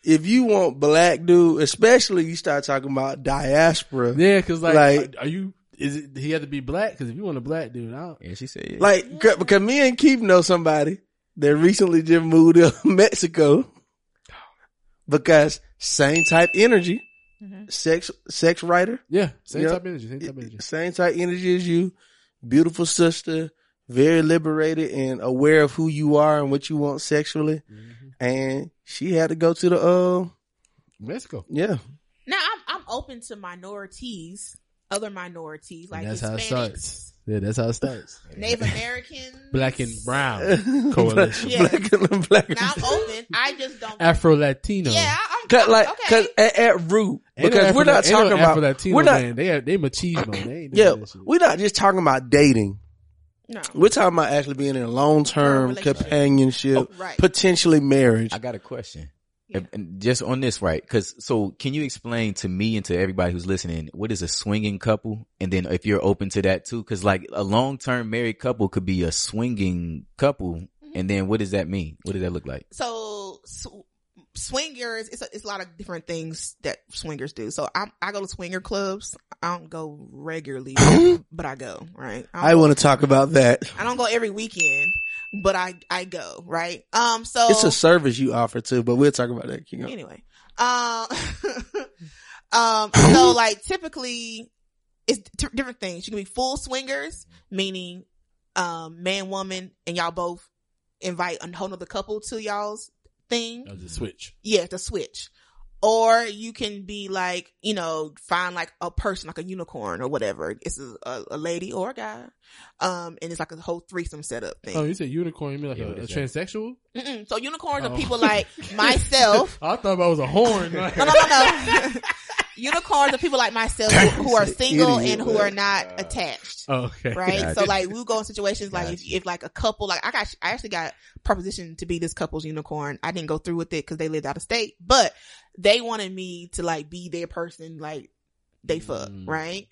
S3: if you want black dude, especially you start talking about diaspora,
S1: Yeah, cause like,
S3: Like-
S1: are, are you? Is it? He had to be black. Cause if you want a black dude, I don't.
S2: and she said, (laughs) yeah.
S3: like c- because me and Keith know somebody that recently just moved to (laughs) Mexico because same type energy, sex sex writer,
S1: Yeah, same
S3: Yep.
S1: type of energy. Same type of energy.
S3: same type energy as you, beautiful sister, very liberated and aware of who you are and what you want sexually.
S1: Mm-hmm.
S3: And she had to go to the uh
S1: Mexico.
S3: yeah.
S4: Now I'm I'm open to minorities, other minorities like
S1: that's how it
S4: Hispanics,
S1: starts. Yeah, that's how it starts.
S4: Native Americans,
S1: (laughs) Black and
S3: (laughs)
S1: brown Uh, coalition.
S4: Yeah.
S3: black and black.
S4: Now oh, I'm open. I just don't.
S1: Afro Latino.
S4: yeah, I- I'm,
S3: Cause
S4: I'm
S3: like,
S4: okay.
S3: cause at, at root,
S1: Ain't no
S3: because we're
S1: Afro-
S3: not
S1: ain't no
S3: talking about,
S1: Afro Latino.
S3: we're not,
S1: man. They have, they machismo. They ain't doing
S3: yeah,
S1: that shit.
S3: we're not just talking about dating.
S4: no,
S3: We're talking about actually being in a long term
S4: Relationship.
S3: companionship,
S1: Oh.
S4: right.
S3: potentially marriage.
S2: I got a question.
S4: Yeah.
S2: If- and Just on this, right? Because so, can you explain to me and to everybody who's listening what is a swinging couple, and then if you're open to that too? Because like a long term married couple could be a swinging couple,
S4: Mm-hmm.
S2: and then what does that mean? What does that look like?
S4: so sw- swingers it's a, it's a lot of different things that swingers do so i i go to swinger clubs i don't go
S1: (laughs)
S4: regularly but i go right
S3: I
S4: don't go-
S3: want to talk about that.
S4: I don't go every weekend but i i go right um so
S3: It's a service you offer too, but we'll talk about that. Keep going.
S4: anyway um (laughs) um
S1: (laughs)
S4: so like typically it's t- different things you can be full swingers meaning um man woman and y'all both invite a whole nother couple to y'all's thing
S1: That was a switch.
S4: yeah, the switch. Or you can be like, you know, find like a person, like a unicorn or whatever. It's a, a, a lady or a guy. Um, and it's like a whole threesome setup
S1: Oh,
S4: thing.
S1: you said unicorn. You mean like
S2: Yeah,
S1: a,
S2: what
S1: a
S2: is that?
S1: transsexual?
S4: Mm-mm. So unicorns
S1: Oh. (laughs)
S4: are people like (laughs) myself.
S1: I thought that was a horn. Like,
S4: No, (laughs) no, no, no. unicorns are people like myself who, who are single and who are not
S1: (laughs)
S4: attached.
S1: Okay.
S4: Right,
S2: Gotcha.
S4: so like we go in situations like if, if like a couple, like I got, I actually got propositioned to be this couple's unicorn. I didn't go through with it because they lived out of state, but they wanted me to like be their person, like they fuck,
S1: Mm.
S4: right?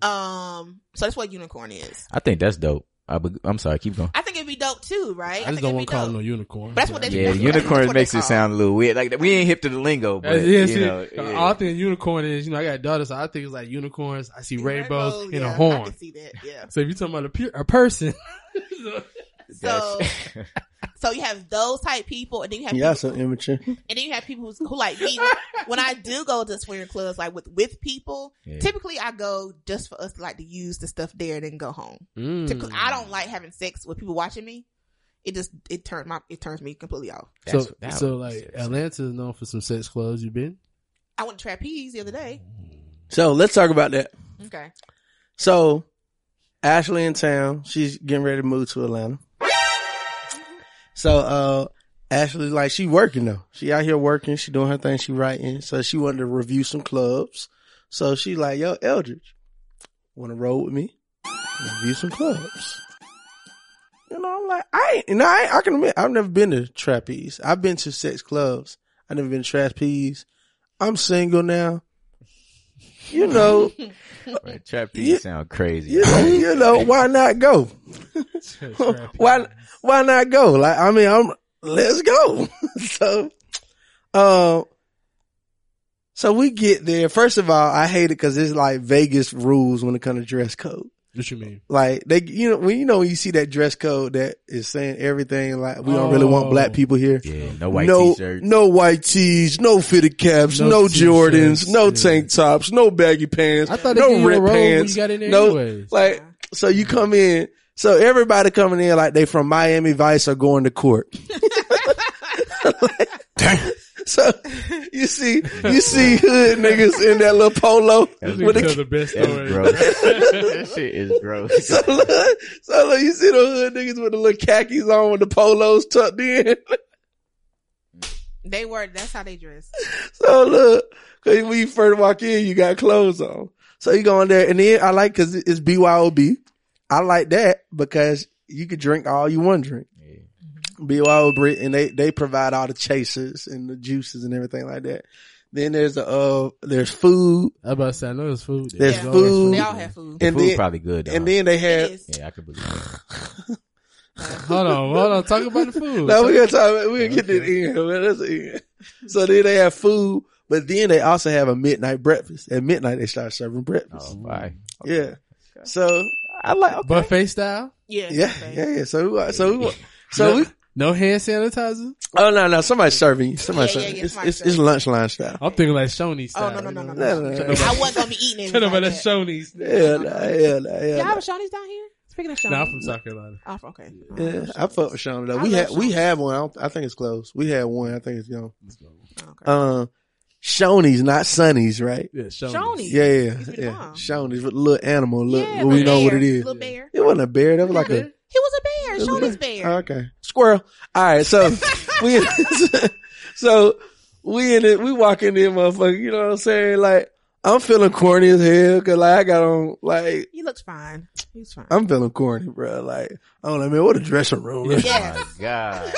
S4: Um, so that's what unicorn is.
S2: I think that's dope. I be, I'm sorry, keep going.
S4: I think it'd be dope too, right?
S1: I just
S4: think
S1: don't
S4: it'd
S1: want
S4: be
S1: to call
S4: dope.
S1: them no unicorn.
S4: That's what they-
S2: Yeah,
S4: that's what- that's
S2: unicorn
S4: what they
S2: makes it
S4: call
S2: sound a little weird. Like we ain't hip to the lingo,
S1: Uh,
S2: but
S1: yeah,
S2: you
S1: see,
S2: know,
S1: uh,
S2: yeah.
S1: all I think unicorn is, you know, I got daughters, so I think it's like unicorns. I see rainbows
S4: Rainbow,
S1: and
S4: yeah,
S1: a
S4: I
S1: horn.
S4: can see that.
S1: (laughs)
S4: Yeah.
S1: So if you're talking about a, pe- a person, (laughs)
S4: So, (laughs)
S2: That's-
S4: so you have those type people, and then you have
S3: Yeah,
S4: people,
S3: so immature.
S4: and then you have people who's, who like me. when I do go to swinger clubs, like with with people,
S2: Yeah.
S4: typically I go just for us to like to use the stuff there and then go home.
S1: Hmm.
S4: Typically,
S1: Mm.
S4: I don't like having sex with people watching me. It just it turned my it turns me completely off.
S1: So,
S2: that's- that
S1: so
S2: was-
S1: like Atlanta is known for some sex clubs. You (laughs) been?
S4: I went to trapeze the other day.
S3: So let's talk about that.
S1: Mm-hmm.
S4: Okay,
S3: So Ashley in town. She's getting ready to move to Atlanta. So uh Ashley like she working though. She out here working, she doing her thing, she writing. So she wanted to review some clubs. So she like, yo, Eldridge, wanna roll with me? Review some clubs. You know, I'm like, I ain't you know, I, ain't- I can admit I've never been to trapeze. I've been to sex clubs. I've never been to trapeze. I'm single now. You know,
S2: Right, trapeze
S3: Yeah.
S2: sound crazy.
S3: you
S1: (laughs)
S3: know, you know, why not go? (laughs) why why not go? Like I mean, I'm let's go. (laughs) so, um, so we get there. First of all, I hate it because it's like Vegas rules when it comes to dress code.
S1: What you mean?
S3: Like they, you know, when you know when you see that dress code that is saying everything. Like we don't really want
S1: Oh.
S3: black people here.
S2: Yeah, no white
S3: no,
S2: t-shirts.
S3: no white tees, no fitted caps,
S1: No
S3: no,
S1: t-shirts,
S3: Jordans, no
S1: yeah.
S3: tank tops, no baggy pants.
S1: I thought they
S3: no
S1: gave you
S3: red
S1: a robe when
S3: pants.
S1: you got in there
S3: no,
S1: anyways.
S3: like so you come in. So everybody coming in like they from Miami Vice are going to court. (laughs) so you see, you see hood niggas in that little polo
S1: This nigga
S3: with the
S1: tell the best
S2: That's
S1: story.
S2: gross. (laughs) that shit is (laughs)
S3: (laughs)
S2: gross.
S3: so, look, so look, you see the hood niggas with the little khakis on with the polos tucked in. (laughs)
S4: they were that's how they dress.
S3: So look, cause when you first walk in, you got clothes on. So you go in there and then I like cause it's BYOB. I like that because you could drink all you want to drink.
S2: Yeah.
S3: BYOB and they, they provide all the chasers and the juices and everything like that. Then there's a, uh, there's food
S1: I'm about to say, I know there's food.
S3: There's
S4: Yeah.
S3: food.
S4: They all have food.
S2: The
S3: and
S2: food
S3: then,
S2: probably good. Though.
S3: and then they
S4: It
S3: have,
S4: is.
S2: yeah, I could believe that.
S1: Hold on, hold on. Talk about the (laughs) food.
S3: no, we're gonna talk, we're gonna get to the end, man. That's the end. So then they have food, but then they also have a midnight breakfast. At midnight, they start serving breakfast. (laughs)
S2: Oh, bye.
S3: Yeah. So I like, okay.
S1: Buffet style.
S4: Yeah,
S3: Yeah,
S4: okay.
S3: yeah, yeah. So, uh, so, we- so
S1: No-
S3: we.
S1: No hand sanitizer.
S3: Oh no, no. Somebody's serving you. Somebody's
S4: Yeah, yeah,
S3: serving.
S4: yeah,
S3: you. it's,
S4: somebody's
S3: it's, it's lunch line style.
S1: I'm thinking like Shoney
S4: Oh
S1: style.
S4: no no no no
S3: No,
S4: no!
S3: no, no.
S4: I wasn't gonna be eating it.
S1: (laughs) Tell
S4: Like
S1: about that
S4: that.
S1: Shoney's.
S3: Yeah, nah, yeah, nah,
S4: Y'all
S3: yeah.
S4: have Shawnee's down here? Speaking of Shawnee's,
S1: Nah, I'm from South Carolina.
S4: Oh, okay.
S3: nah. yeah. I fuck with Sean though.
S4: I
S3: We
S4: love
S3: had we
S4: Shoney's.
S3: have one. I, don't, I think it's closed. We had one. I think it's gone.
S4: Oh, Okay.
S3: Um, Shoney's, not Sonny's, right?
S1: Yeah, Shoney's.
S4: Shoney's.
S3: Yeah, yeah,
S4: Used to be the
S3: yeah.
S4: bomb.
S3: Shoney's with a little animal. Look,
S4: Yeah,
S3: we
S4: the
S3: know what
S4: bear,
S3: it is.
S4: Little bear.
S3: It wasn't a bear. That was like a.
S4: He was a bear. Shawnee's bear.
S3: Oh, okay. Squirrel. All right.
S4: (laughs)
S3: So we, (laughs) so we in it, we walking in, motherfucker. You know what I'm saying? Like, I'm feeling corny as hell. Cause like, I got on, like,
S4: he looked fine. He was fine.
S3: I'm feeling corny, bro. Like, I'm like, man, what a dressing room. is.
S4: yes.
S2: My
S3: (laughs)
S2: God.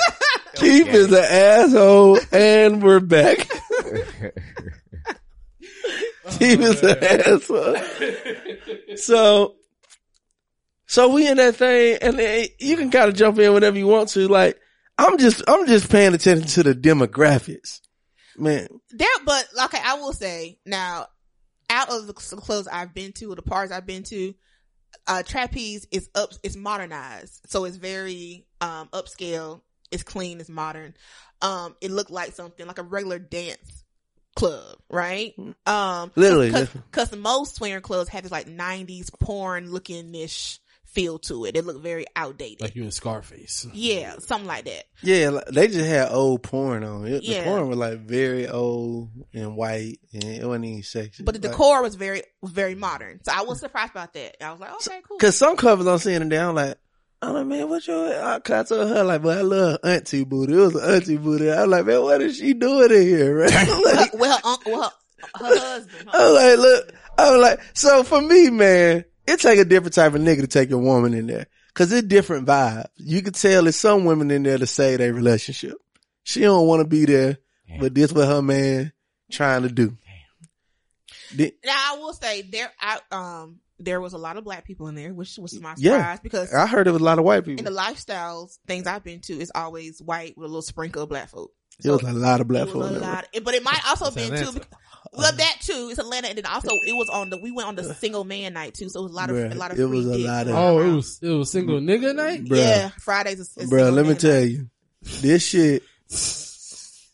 S3: Keith is an asshole and we're back. (laughs)
S1: Oh,
S3: Keith is an asshole. So, so we in that thing and then you can kind of jump in whenever you want to. Like, I'm just, I'm just paying attention to the demographics. Man,
S4: That, but okay, I will say now, out of the cl- clubs I've been to, the bars I've been to, uh, trapeze is up, it's modernized, so it's very um upscale, it's clean, it's modern. Um, it looked like something like a regular dance club, right? Um,
S3: Literally.
S4: because most swinger clubs have this like '90s porn looking ish feel to it. It looked very outdated.
S1: Like you in Scarface.
S4: yeah, something like that.
S3: Yeah, like, they just had old porn on. It,
S4: Yeah.
S3: The porn was like very old and white, and it wasn't even sexy.
S4: But the decor was very was very modern. So I
S3: Mm.
S4: was surprised about that. I was like, okay, cool.
S3: because some covers I'm seeing them down like. I'm like, man, what your, I, 'cause I told her, like, but I love auntie booty. It was an auntie booty. I'm like, man, what is she doing in here, right? (laughs)
S4: Well, um,
S3: Like,
S4: well, her uncle, well, her her husband.
S3: I'm like, look, I'm like, so for me, man, it take a different type of nigga to take a woman in there. Cause it's different vibes. You could tell there's some women in there to save their relationship. She don't want to be there,
S2: Yeah.
S3: but this what her man trying to do. Then-
S4: Now I will say there, I um, there was a lot of black people in there, which was my surprise
S3: Yeah.
S4: because
S3: I heard it was a lot of white
S4: in
S3: people.
S4: the lifestyles things I've been to, it's always white with a little sprinkle of black folk.
S3: It was a lot of black
S4: It was
S3: folk.
S4: a
S3: in there.
S4: lot, but it might also
S1: That's
S4: been too.
S1: Atlanta.
S4: because- Well, that too. It's Atlanta, and then also it was on the. We went on the single man night too, so it was a lot of
S3: Bruh,
S4: a lot of.
S3: it
S4: free
S3: was a
S4: dick
S3: lot of-
S4: going
S1: Oh, it
S4: around.
S1: was it was single nigga night.
S3: Bruh.
S4: Yeah, Fridays is, is
S3: Bruh, let me tell you, this shit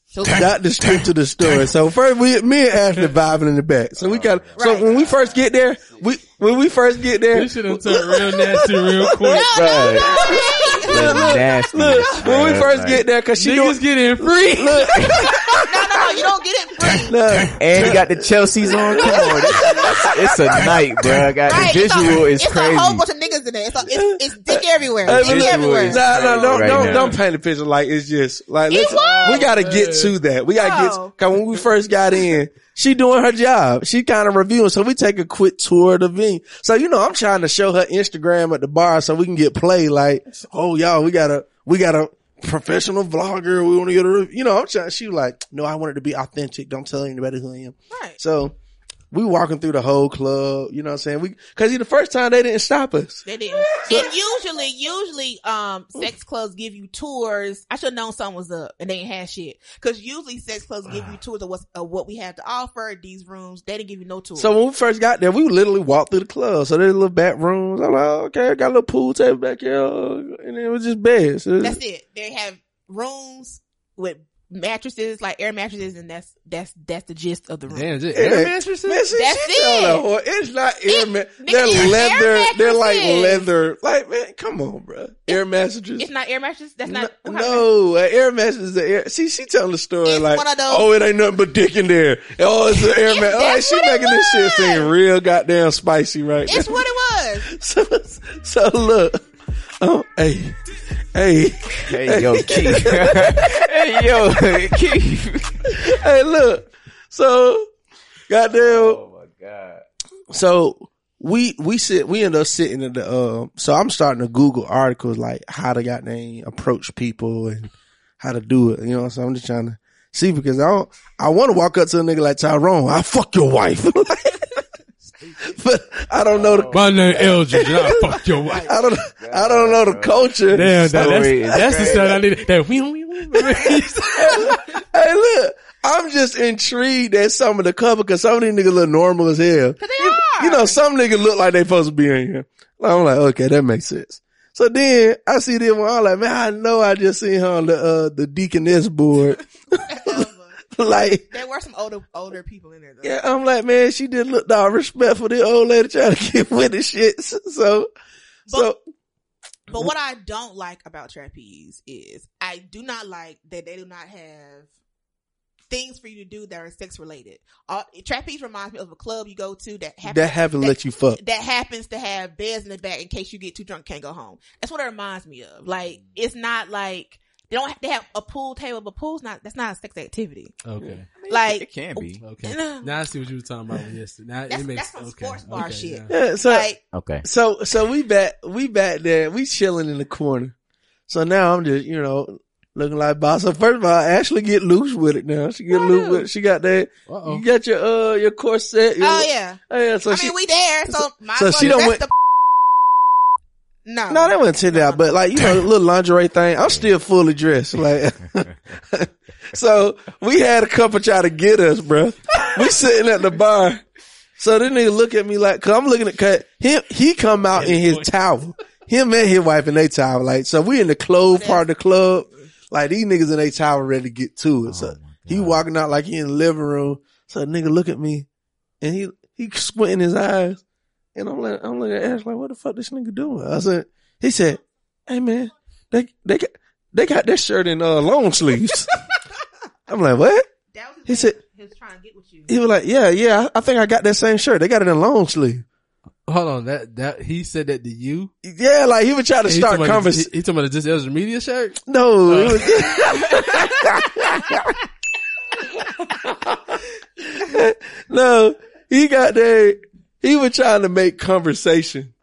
S4: So,
S3: got the script to the story. So first, we, me and Ashley vibing in the back. So we got. So
S4: Right.
S3: when we first get there, we when we first get there,
S1: This should have turned real nasty (laughs) real quick.
S2: Right. That's nasty.
S3: look, when we
S2: Right,
S3: first
S2: like-
S3: get there, cause she
S1: Niggas
S3: don't,
S1: getting free.
S3: look,
S4: no, no, no, you don't get it
S1: (laughs)
S4: free.
S3: look,
S2: And he got the Chelsea's on.
S3: (laughs)
S2: Come on, it's, it's a night, bro. I got
S4: Right,
S2: the
S4: it's a-
S2: visual is
S4: it's
S2: crazy.
S4: a whole bunch of niggas in there. It's, a, (laughs) it's, it's dick everywhere.
S3: Hey,
S4: Dick
S3: look,
S4: everywhere.
S2: is-
S3: Nah, no, don't,
S2: Right
S3: don't,
S2: now.
S3: don't paint the picture like it's just like
S4: It
S3: listen,
S4: was.
S3: we gotta get to that. We gotta get
S4: No.
S3: cause when we first got in, she doing her job. She kind of reviewing, so we take a quick tour of the venue. So you know, I'm trying to show her Instagram at the bar so we can get play. Like, oh y'all, we gotta, we gotta. Professional vlogger, we want to get a, rev-" you know, I'm trying. She like, no, I wanted to be authentic. Don't tell anybody who I am.
S4: Right.
S3: So we walking through the whole club, you know what I'm saying? We, cause the first time they didn't stop us.
S4: They did. And usually, usually, um, sex clubs give you tours. I should have known something was up and they ain't had shit. Cause usually sex clubs give you tours of what, of what we have to offer, these rooms. They didn't give you no tour.
S3: So when we first got there, we literally walked through the club. So there's little back rooms. I'm like, "Oh, okay, got a little pool table back here, Uh, and it was just beds. So
S4: that's it. They have rooms with mattresses, like air mattresses, and that's, that's, that's the gist of the room.
S1: Damn, just
S3: Yeah.
S1: air mattresses?
S3: Man, see,
S4: That's
S3: she tell
S4: it.
S3: her, or It's not air.
S4: It-
S3: ma-
S4: nigga,
S3: they're
S4: it's air
S3: leather. they're like
S4: mattresses.
S3: leather. Like man, come on, bro. Air messages.
S4: It's not air mattresses. That's not.
S3: no,
S4: what kind of mattress?
S3: no, an air mattress is an air. See, she telling the story
S4: It's
S3: like,
S4: one of those-
S3: oh, it ain't nothing but dick in there. Oh, it's an air
S4: It's-
S3: mattress. Like
S4: that's
S3: she
S4: what it
S3: making this shit
S4: was.
S3: seem real goddamn spicy right
S4: It's
S3: now.
S4: what it was.
S3: so, so look, oh, hey,
S1: (laughs)
S3: hey.
S2: (laughs)
S3: (laughs)
S2: hey yo, Keith. (laughs) hey yo, Keith.
S3: hey, look. So, goddamn.
S2: Oh, my god.
S3: So we we sit. We end up sitting in the. Uh, so I'm starting to Google articles like how to goddamn approach people and how to do it. You know. So I'm just trying to see because I don't. I want to walk up to a nigga like Tyrone. I fuck your wife. (laughs) but I don't know the.
S1: My name Eldridge. and I fuck (laughs) your wife.
S2: Oh,
S3: I don't. I don't know the culture.
S1: Damn, that, that's,
S2: Story is
S1: that's the
S2: crazy.
S1: sound I needed. That wee, wee, wee, wee.
S3: Hey, look. I'm just intrigued at some of the cover because some of these niggas look normal as hell.
S4: They are.
S3: you know, some niggas look like they supposed to be in here. I'm like, okay, that makes sense. So then I see them one. I'm like, man, I know I just seen her on the uh, the deaconess
S4: (laughs)
S3: board. like,
S4: There were some older older people in there though.
S3: yeah, I'm like, man, she did look all respectful. The old lady trying to (laughs) get with the shit. So, so
S4: But what I don't like about trapeze is I do not like that they do not have things for you to do that are sex related. All, trapeze reminds me of a club you go to that happens
S3: that haven't let you
S4: (laughs)
S3: fuck.
S4: that happens to have beds in the back in case you get too drunk can't go home. That's what it reminds me of.
S3: Mm.
S4: Like it's not like they don't have, they have a pool table, but pool's not that's not a sex activity.
S1: okay,
S4: Like
S2: It can be.
S1: okay. Now I see what you were talking about. Yes, now
S4: That's-
S1: it makes
S4: that's some
S1: okay,
S4: sports bar
S1: okay,
S4: shit.
S1: yeah.
S3: Yeah, so
S4: like
S2: Okay.
S3: So so we back we back there we chilling in the corner. So now I'm just you know looking like boss. So first of all, Ashley get loose with it now. She get loose with it. She got that.
S1: Uh-oh.
S3: You got your uh your corset. Your,
S4: oh yeah.
S3: Oh, yeah. So
S4: I
S3: she
S4: mean we there, so, my
S3: so she
S4: she
S3: don't
S4: don't
S3: went-
S4: the No.
S3: no that wasn't too that, but like you know little lingerie thing. I'm still fully dressed. Like (laughs) so we had a couple try to get us, bruh. We sitting at the bar. So this nigga look at me like, cause I'm looking at, cause him, he come out in his towel. Him and his wife in their towel. Like, so we in the clothes part of the club. Like these niggas in their towel ready to get to it.
S2: Oh
S3: So he walking out like he in the living room. So the nigga look at me and he, he squinting his eyes. And I'm like, I'm looking at Ash like, what the fuck this nigga doing? I said, he said, hey man, they, they got, they got that shirt in, uh, long
S1: (laughs)
S3: sleeves. I'm like, what?
S4: That was the
S3: He
S4: thing
S3: said-
S4: he was trying to get with you.
S3: He was like, yeah, yeah, I I think I got that same shirt. They got it in long sleeve.
S1: Hold on, that that he said that to you.
S3: Yeah, like he was trying to
S1: He
S3: start
S1: talking about the-
S3: conversation.
S1: He, he talking about the just Ezra media shirt.
S3: No, it was- (laughs) no, he got there. He was trying to make conversation.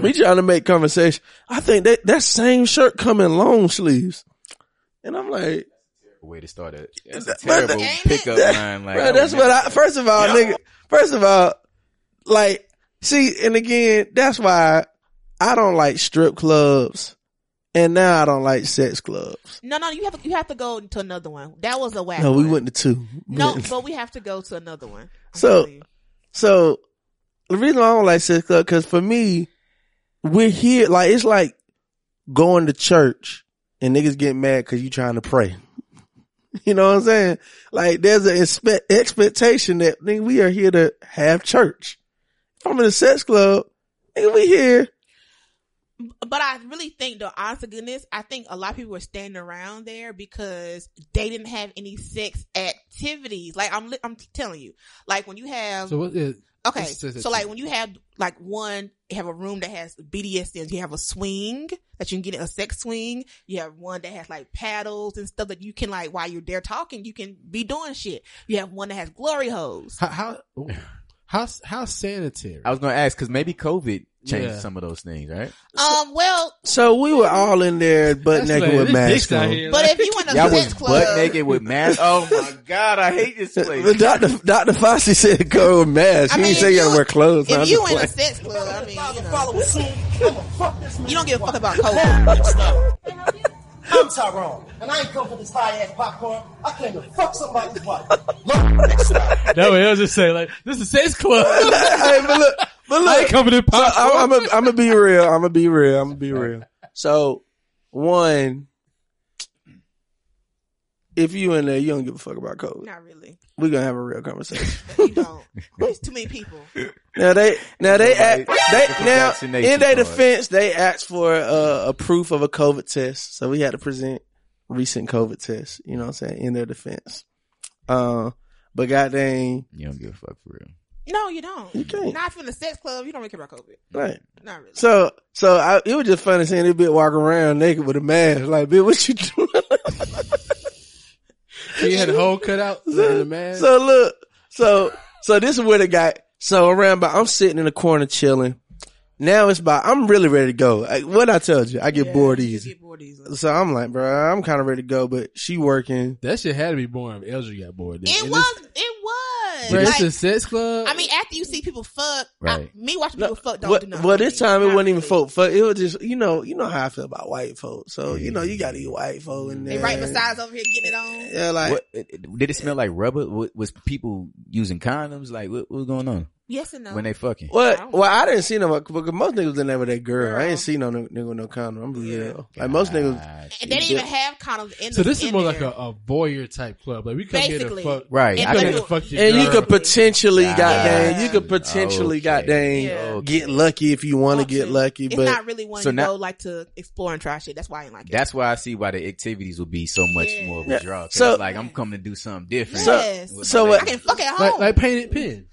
S3: We trying to make conversation. I think that that same shirt come in long sleeves, and I'm like,
S2: Way to start it. That's a
S3: But-
S2: terrible
S4: Ain't it?
S2: pickup line. Like oh,
S3: Bruh, that's
S2: would
S3: what I. First of all, nigga. First of all, like, see, and again, that's why I don't like strip clubs, and now I don't like sex clubs.
S4: No, no, you have you have to go to another one. That was a whack.
S3: No, we
S4: one.
S3: went to two. We (laughs)
S4: No,
S3: went to-
S4: but we have to go to another one. I
S3: So-
S4: feel you.
S3: so the reason why I don't like sex club because for me, we're here. Like it's like going to church and niggas get mad because you trying to pray. (laughs) You know what I'm saying? Like there's an expe- expectation that nigga, we are here to have church. If I'm in a sex club, nigga, we here.
S4: but I really think, though, honest to goodness, I think a lot of people were standing around there because they didn't have any sex activities. Like I'm, li- I'm telling you, like when you have
S1: So what is
S4: Okay,
S1: This is a-
S4: so like when you have like one, you have a room that has BDSM. You have a swing that you can get in, a sex swing. You have one that has like paddles and stuff that you can like while you're there talking, you can be doing shit. You have one that has glory holes.
S1: how how ooh, how, how sanitary?
S2: I was gonna ask because maybe COVID changed
S1: Yeah.
S2: some of those things, right?
S4: Um, well,
S3: So we were all in there butt
S1: That's
S3: naked
S1: like,
S3: with
S1: this
S3: masks
S1: dick's out
S3: on.
S1: here,
S4: but
S1: like-
S4: if you in a
S2: Y'all was
S4: sex club,
S2: butt naked with masks. Oh my god, I hate
S3: (laughs)
S2: this
S3: But
S2: place.
S3: Dr. Dr. Fossey said go with masks.
S4: I
S3: He
S4: mean,
S3: didn't say
S4: if
S3: you gotta
S4: you-
S3: wear clothes. I'm
S4: if
S3: just
S4: you in a
S3: playing.
S4: sex club, I mean, you, (laughs) know, you don't give a fuck about COVID.
S7: I'm Tyrone, and I ain't come for this high ass popcorn. I came to fuck somebody's wife.
S1: That way, I was just saying like this is sex club.
S3: hey, but (laughs) look, but look,
S1: I ain't coming in pop.
S3: I'm gonna I'm gonna be real. I'm gonna be real. I'm gonna be real. So, one, if you in there, you don't give a fuck about COVID.
S4: Not really.
S3: We're gonna have a real conversation.
S4: You don't. There's too many people.
S3: Now they, now they, act, they
S2: Different
S3: now
S2: vaccination
S3: in their
S2: cards.
S3: defense, they asked for uh, a proof of a COVID test, so we had to present recent COVID tests. You know what I'm saying? In their defense, uh, but goddamn,
S2: You don't give a fuck for real.
S4: No, you don't.
S3: You can't.
S4: Not if you're in a sex club, you don't really care about COVID.
S3: right?
S4: Not really.
S3: So, so I, it was just funny seeing this bitch walk around naked with a mask. Like, bitch, what you (laughs) doing?
S1: He had a hole cut out in the mask.
S3: (laughs) so look, so, so this is where the guy, so around by, I'm sitting in the corner chilling. Now it's by, I'm really ready to go. Like, what I told you, I get bored
S4: You
S3: easy.
S4: get bored easily.
S3: So I'm like, bro, I'm kind of ready to go, but she working.
S1: that shit had to be boring. if Elger got bored. then.
S4: It
S1: And
S4: was. It was.
S1: This, bro,
S4: Like,
S1: this is sex club.
S4: I mean, after you see people fuck,
S2: Right.
S4: I, me watching
S3: No,
S4: people fuck don't do
S3: What,
S4: nothing.
S3: well,
S4: for
S3: this
S4: me.
S3: time it
S4: Not
S3: wasn't even
S4: really.
S3: folk, fuck. It was just, you know, you know how I feel about white folks. So, you know, you gotta eat white folk in
S4: Mm. They
S3: there.
S4: right besides over here getting it on.
S3: Yeah, like,
S2: What, it- it- did it smell like rubber? Wa- Was people using condoms? Like what, what was going on
S4: Yes and no.
S2: when they fucking?
S4: I
S3: Well,
S4: don't-
S3: well, I didn't see no because most niggas was in there with that girl. I
S4: Girl.
S3: ain't seen no n- nigga with no condom. I'm real. Like most niggas,
S2: God.
S4: and they didn't even have condoms in.
S1: so
S4: the-
S1: this is
S4: in
S1: more
S4: there.
S1: like a, a voyeur type club. Like we come here to
S4: Basically.
S1: fuck.
S2: Right.
S1: I
S2: I
S1: come
S2: couldn't-
S1: here to fuck your
S3: and you
S1: girl.
S3: could potentially,
S2: Yeah.
S3: goddamn, you could
S2: Okay.
S3: potentially, goddamn,
S4: Yeah.
S3: get lucky if you want to
S4: Want
S3: get
S4: to.
S3: lucky.
S4: It's
S3: But
S4: not really one
S2: So
S4: you
S2: now-
S4: go like to explore and try shit. That's why I ain't like it.
S2: That's why I see why the activities would be so much
S4: Yeah.
S2: more
S3: Yeah.
S2: withdrawal. 'Cause
S3: So-
S2: it's like I'm coming to do something different.
S3: So-
S4: yes.
S2: with my
S3: so
S2: lady.
S3: what-
S4: I can fuck at home.
S1: like like painted pen.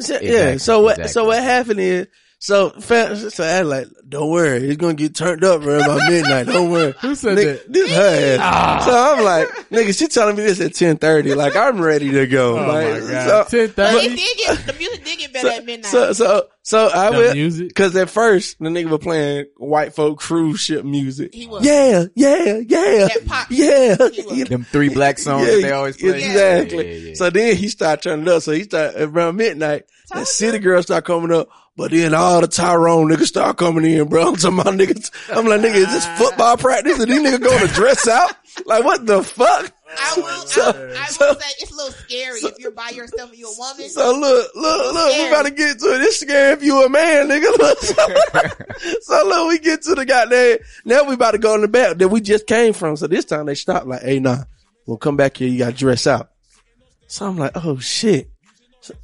S3: so- yeah.
S2: Exactly,
S3: So what? So
S2: exactly.
S3: what happened is, so fa- so I like, don't worry, it's gonna get turned up around by midnight. Don't worry.
S1: (laughs) Who said
S3: Nigga,
S1: that? Ah.
S3: this her ass. So I'm like, nigga, she telling me this at ten thirty. Like I'm ready to go.
S1: Oh
S3: like,
S1: my god.
S3: so-
S1: Ten
S4: but it
S1: thirty.
S4: did get the music did get better at midnight.
S3: So so so I
S1: The
S3: will (laughs)
S1: music?
S3: because at first the nigga was playing white folk cruise ship music.
S4: He was.
S3: Yeah, yeah, yeah,
S4: That pop
S3: yeah.
S4: He was.
S3: You know,
S2: them three black songs
S3: yeah,
S2: that they always play.
S3: Exactly.
S2: Yeah, yeah, yeah.
S3: So then he started turning up. So he started around midnight. The
S4: Told
S3: city girls start coming up. But then all the Tyrone niggas start coming in, bro. (laughs) I'm talking about niggas. I'm like, nigga, is this football practice? Are these niggas going to dress out? Like, what the fuck?
S4: I will.
S3: So-
S4: I, I
S3: so-
S4: will say it's a little scary if you're by yourself and you're a woman.
S3: So look, look, look, we
S4: Scary.
S3: about to get to it. It's scary if you a man, nigga. (laughs) Look, so, so look, we get to the goddamn. Now we about to go in the back that we just came from. So this time they stopped like, hey, nah, we'll come back here. You got to dress out. So I'm like, oh shit. So-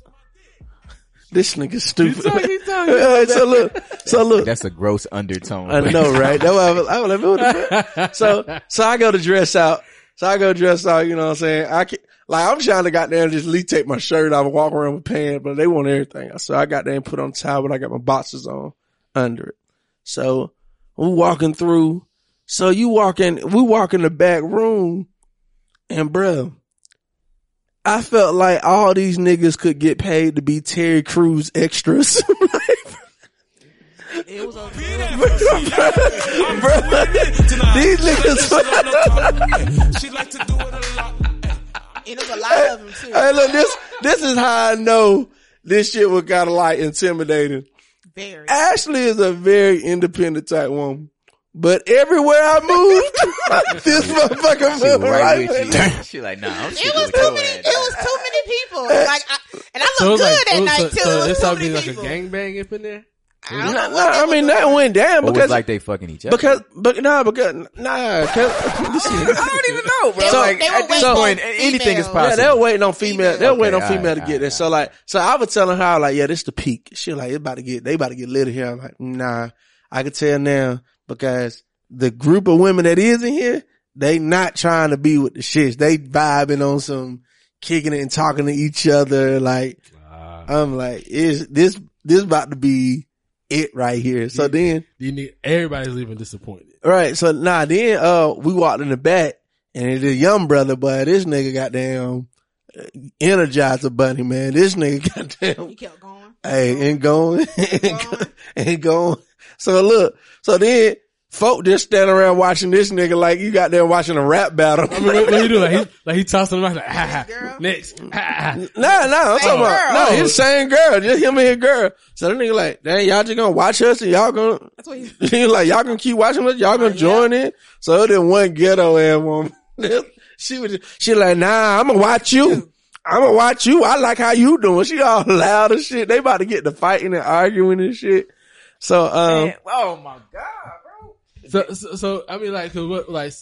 S3: (laughs) This nigga stupid. (laughs) Alright, so look, so look.
S2: That's a gross undertone.
S3: I know, right? That's why I was, I was like, what the fuck? So, so I go to dress out. So I go dress out, you know what I'm saying? I can like, I'm trying to goddamn just leave take my shirt off and walk around with pants, but they want everything. So I got there and put on a towel, but I got my boxers on under it. So we walking through. So you walk in, we walk in the back room and bruh, I felt like all these niggas could get paid to be Terry Crews extras. (laughs)
S4: It was a
S3: These (laughs) niggas.
S8: She like to do it a lot.
S4: and it was a lot of them too.
S3: hey, look, this this is how I know this shit was kind of like intimidating.
S4: Very.
S3: Ashley is a very independent type woman, but everywhere I moved, (laughs) this motherfucker
S2: (laughs) She
S3: moved
S2: right,
S3: (laughs) right.
S2: with
S3: with me.
S2: you. She like, nah, I'm
S4: It was too many. It was too many people. Like, I, and I
S1: (laughs)
S4: looked
S1: So it was
S4: good
S1: like,
S4: that
S1: it was-
S4: night
S1: so,
S4: too.
S1: so
S4: it was
S1: it's
S4: too
S1: all be
S4: many
S1: like a
S4: people.
S1: gangbang up in there.
S4: I don't
S3: Nah,
S4: know
S3: nah,
S4: what
S3: I
S4: they
S3: mean
S4: was
S3: that
S4: doing.
S3: went down
S2: Because,
S3: because
S2: like they fucking each other.
S3: because but nah because nah. 'cause- (laughs)
S2: I don't even know, bro.
S4: They were-
S2: like,
S4: they were
S2: at this
S4: waiting
S2: point,
S4: on
S2: anything is
S4: females.
S2: possible.
S3: Yeah, they were waiting on female. They were
S2: Okay,
S3: waiting on
S2: all right,
S3: female to
S2: all
S3: get
S2: right,
S3: there. So like, so I was telling her like, yeah, this the peak. She like, it about to get, they about to get lit in here. I'm like, nah, I can tell now because the group of women that is in here, they not trying to be with the shits. They vibing on some kicking it and talking to each other. Like, I'm like, is this this about to be it right here? So
S1: Yeah.
S3: then.
S1: You need everybody's leaving disappointed.
S3: Right. So nah, then uh we walked in the back and it is young brother, but this nigga goddamn uh, energizer bunny, man. This nigga (laughs)
S4: He
S3: goddamn
S4: kept going.
S3: hey and going (laughs) and
S4: Going.
S3: go- and going. So look, so then folk just standing around watching this nigga like you got there watching a rap battle. (laughs)
S1: I mean, what, what you do? Like he, like he tossed them out. Like, ah,
S4: Girl.
S1: next. Ah.
S3: Nah, nah, I'm
S4: Same
S3: talking about
S4: girl.
S3: no, he's the same girl, just him and his girl. So the nigga like, dang, y'all just gonna watch us and y'all gonna
S4: (laughs) That's what he.
S3: (laughs)
S4: Oh,
S3: He like, y'all gonna keep watching us? Y'all gonna join in? So then one ghetto ass woman, (laughs) she was, just, she like, nah, I'm gonna watch you. I'm gonna watch you. I like how you doing. She all (laughs) loud and shit. They about to get to fighting and arguing and shit. So, um,
S4: Oh my god, bro.
S1: So, so, so I mean, like, 'cause what, like,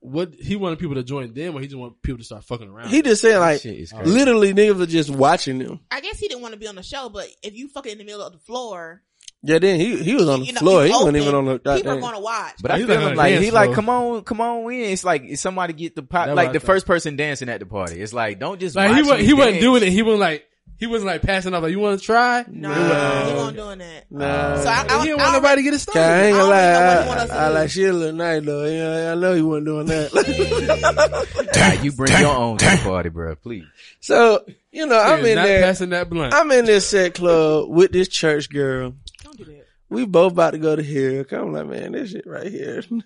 S1: what he wanted people to join them, or he just wanted people to start fucking around.
S3: he just said like,
S2: shit is crazy.
S3: literally niggas are just watching them.
S4: I guess he didn't want to be on the show, but if you fucking in the middle of the floor,
S3: Yeah, then he, he was on the
S4: you know,
S3: floor.
S4: you
S3: He wasn't
S4: open,
S3: even on the,
S4: people are
S3: goddamn.
S4: going to watch.
S2: But I
S1: He's
S2: feel
S1: like
S2: him
S1: on
S2: like
S1: dance
S2: he like
S1: floor.
S2: come on, come on in. It's like it's somebody get the pop,
S1: That's what
S2: like
S1: I
S2: the
S1: thought.
S2: first person dancing at the party. It's like don't just
S1: like
S2: watch
S1: he was,
S2: me
S1: he wasn't
S2: dance.
S1: doing it. He wasn't like, he wasn't like passing off. Like, you want to try?
S4: no,
S3: No.
S4: he wasn't doing that.
S3: Nah.
S4: So I, I,
S1: he
S4: was-
S1: didn't want
S4: I already-
S1: nobody to get it
S3: Okay, I
S1: started.
S3: ain't gonna lie.
S4: I don't
S3: I,
S4: even know what he want us to
S3: I
S4: do.
S3: like shit a little nice though. Yeah, I know you wasn't doing that.
S2: Nah, you bring
S1: (laughs)
S2: your own to the party, bro. Please.
S3: (laughs) so, you know, I'm
S1: He is
S3: in
S1: not
S3: there.
S1: passing that blunt.
S3: I'm in this set club with this church girl.
S4: Don't do that.
S3: We both about to go to hell. I'm like, man, this shit right here. (laughs)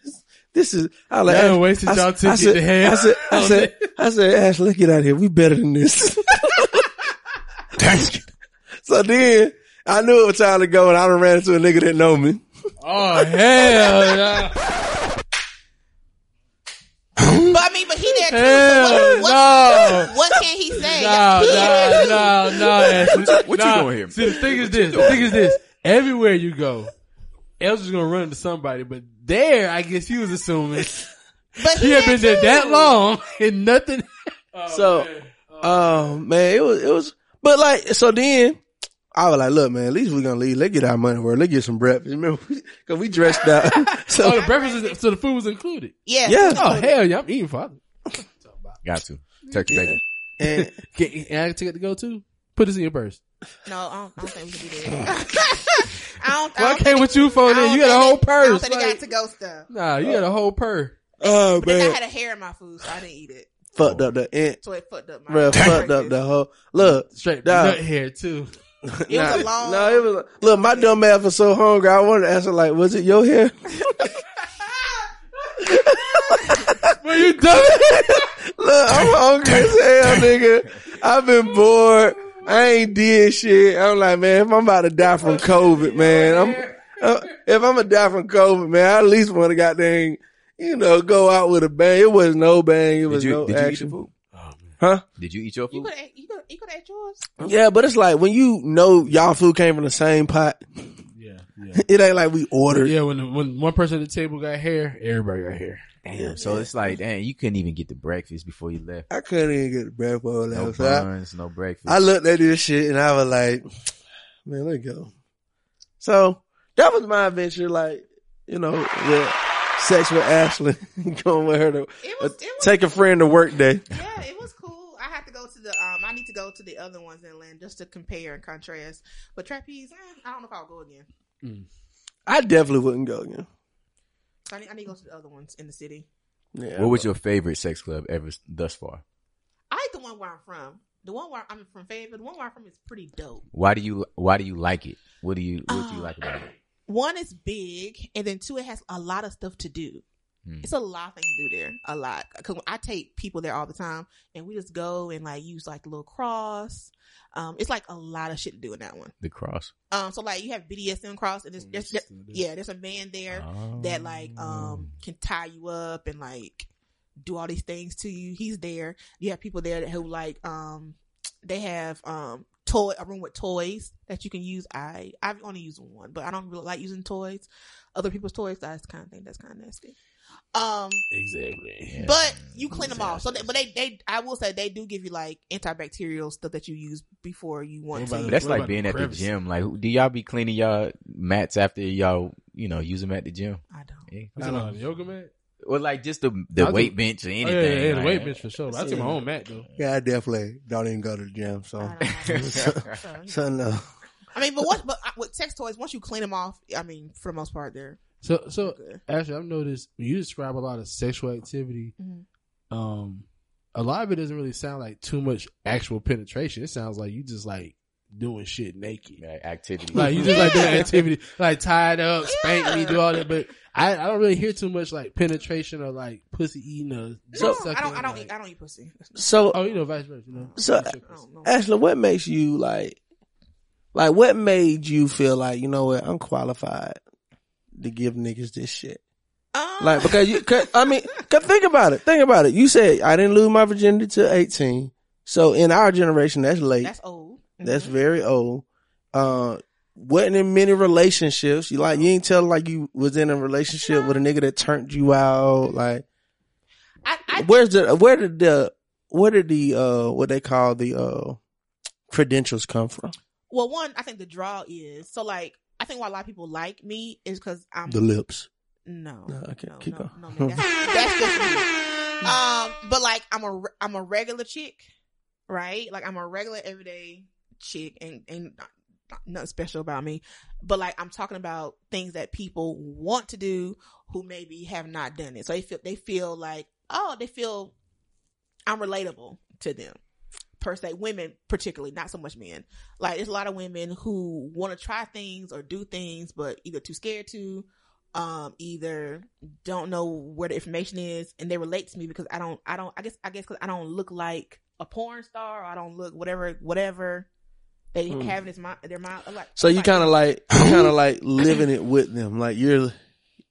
S3: This is I like.
S1: Y'all
S3: Ash-
S1: done wasted
S3: I s-
S1: y'all
S3: I
S1: ticket
S3: said-
S1: to hell.
S3: I said, I
S1: (laughs)
S3: said, I said, Ash, let's get out of here. We better than this. (laughs) so then I knew it was time to go, and I done ran into a nigga that know me.
S1: oh hell! yeah.
S4: But I mean, but he there too.
S1: Hell
S4: So what, what,
S1: no.
S4: what can he say?
S1: No,
S4: He
S1: no,
S4: there too. (laughs)
S1: no, no. Ashley.
S2: what you
S1: Nah.
S2: doing here?
S1: See, the thing is this. The thing is this. Everywhere you go, Els is gonna run into somebody. But there, I guess he was assuming
S4: But he,
S1: he had
S4: there
S1: been there
S4: too.
S1: that long and
S4: (laughs)
S1: nothing.
S3: so, oh man, it was it was, but like so then. I was like, look, man, at least we're gonna leave. Let's get our money worth. Let's get some breakfast. Remember, we- cause we dressed (laughs) up. so,
S1: Oh, the breakfast, is, so the food was included.
S4: Yeah.
S3: Yeah.
S1: Oh hell yeah, I'm eating father.
S2: Got to. Turkey bacon.
S3: and
S1: Can, and I take it to go too. Put this in your purse.
S4: No, I don't, (laughs) I don't think we can do that. I don't.
S1: Well, I
S4: I don't
S1: came with you for
S4: I don't
S1: then. You got a
S4: think
S1: whole
S4: they- I don't
S1: purse.
S4: think they
S1: Like,
S4: got to go stuff.
S1: nah, you got a whole purse.
S3: Oh
S4: But then I
S3: man,
S4: had a hair in my food, so I didn't eat it.
S3: fucked up the ant,
S4: So it fucked up my.
S3: bro. Fucked up
S4: breakfast.
S3: the whole look.
S1: Straight
S3: Nah.
S1: nut hair too.
S4: (laughs) It was
S3: nah,
S4: a long.
S3: No, it was look. My dumb ass was so hungry. I wanted to ask her like, was it your hair?
S1: Well, you dumb.
S3: look, I'm hungry as hell, nigga. I've been bored. I ain't did shit. I'm like, man, if I'm about to die from COVID, man, I'm. Uh, if I'm gonna die from COVID, man, I at least want to goddamn, you know, go out with a bang. It was no bang. It
S2: Did
S3: was
S2: you,
S3: no
S2: did you eat
S3: action.
S2: your food?
S1: Oh,
S3: Huh?
S2: Did you eat your
S4: You
S2: food?
S4: could have. You could. You could have yours.
S3: Yeah, but it's like when you know y'all food came from the same pot. (laughs)
S1: yeah, yeah.
S3: It ain't like we ordered.
S1: Yeah, when when one person at the table got hair, everybody got hair.
S2: Damn. So it's like, damn, you couldn't even get the breakfast before you left.
S3: I couldn't even get a breath for all that.
S2: No
S3: so I,
S2: buns, no breakfast.
S3: I looked at this shit and I was like, (sighs) man, let go. So that was my adventure, like, you know, with sex with Ashley, (laughs) going with her to
S4: It was. It was.
S3: take a friend to work day.
S4: yeah, it was cool. I had to go to the. Um, I need to go to the other ones in land just to compare and contrast. But trapeze, eh, I don't know if I'll go again.
S3: I definitely wouldn't go again.
S4: I need, I need to go to the other ones in the city.
S3: Yeah.
S2: what was your favorite sex club ever s- thus far?
S4: I like the one where I'm from. The one where I'm from Fayetteville, the one where I'm from is pretty dope.
S2: Why do you Why do you like it? What do you What do you
S4: Uh,
S2: like about it?
S4: One is big, and then two, it has a lot of stuff to do.
S2: Hmm.
S4: It's a lot of things to do there, a lot. 'Cause I take people there all the time, and we just go and like use like the little cross. Um, it's like a lot of shit to do in that one.
S2: The cross.
S4: Um, so like you have BDSM cross, and there's, there's,
S1: Still do.
S4: yeah, there's a man there that like um
S2: Mm.
S4: can tie you up and like do all these things to you. He's there. You have people there that who like um they have um toy a room with toys that you can use. I I've only used one, but I don't really like using toys, other people's toys. That's kind of thing. That's kind of nasty. Um,
S1: Exactly.
S2: Yeah.
S4: but you clean them off. So, they, but they they I will say they do give you like antibacterial stuff that you use before you want
S1: What about
S4: to.
S1: the-
S2: That's
S1: What
S2: like
S1: about
S2: being
S1: the
S2: at the
S1: crevice?
S2: gym. Like, who- do y'all be cleaning y'all mats after y'all, you know, use them at the gym?
S4: I don't.
S2: Yeah.
S1: You talking about the yoga mat?
S2: Or like just the the
S1: I'll do-
S2: weight bench or
S1: Oh,
S2: anything.
S1: yeah, yeah, yeah, the
S2: like-
S1: weight bench for sure. I took
S3: Yeah.
S1: my own mat though.
S3: Yeah, I definitely don't even go to the gym. So,
S4: I don't.
S2: (laughs)
S4: So, you know.
S3: so no.
S4: I mean, but what? But uh, with sex toys, once you clean them off, I mean, for the most part, they're
S1: So, so
S4: good.
S1: Actually, I've noticed when you describe a lot of sexual activity,
S4: Mhm.
S1: um, a lot of it doesn't really sound like too much actual penetration. It sounds like you just like doing shit naked.
S2: Like activity.
S1: Like you just like doing
S4: Yeah.
S1: activity, like tied up, spank me,
S4: Yeah.
S1: do all that. But I, I don't really hear too much like penetration or like pussy eating or
S4: No,
S1: dick sucking,
S4: I don't. I don't.
S1: like-
S4: Eat, I don't eat pussy. (laughs)
S3: So,
S1: Oh, you know, vice versa. You know?
S3: So-
S4: I don't know.
S3: Ashley, what makes you like, like, what made you feel like, you know what, I'm qualified to give niggas this shit?
S4: Um,
S3: Like, because you, cause, I mean, cause think about it. Think about it. You said I didn't lose my virginity till 18. So in our generation, that's late.
S4: that's old.
S3: That's
S4: Mhm.
S3: very old. Uh, wasn't in many relationships. You like, you ain't tell like you was in a relationship with a nigga that turned you out. Like,
S4: I, I,
S3: where's the, where did the, where did the, uh, what they call the, uh, credentials come from?
S4: well, one, I think the draw is so. Like, I think why a lot of people like me is because I'm
S3: The lips.
S4: no.
S3: No, okay,
S4: no,
S3: keep
S4: no,
S3: going.
S4: no,
S3: (laughs)
S4: man, that's, that's just me. Um, but like, I'm a re- I'm a regular chick, right? Like, I'm a regular everyday chick, and and not- not- nothing special about me. But like, I'm talking about things that people want to do who maybe have not done it. So they feel they feel like oh, they feel I'm relatable to them per se women particularly not so much men like there's a lot of women who want to try things or do things but either too scared to um either don't know where the information is and they relate to me because i don't i don't i guess i guess because i don't look like a porn star or i don't look whatever whatever they
S3: Hmm.
S4: have in his mind their mind I'm like
S3: So you
S4: like-
S3: kind of like,
S4: (laughs)
S3: kind of like living it with them. Like you're,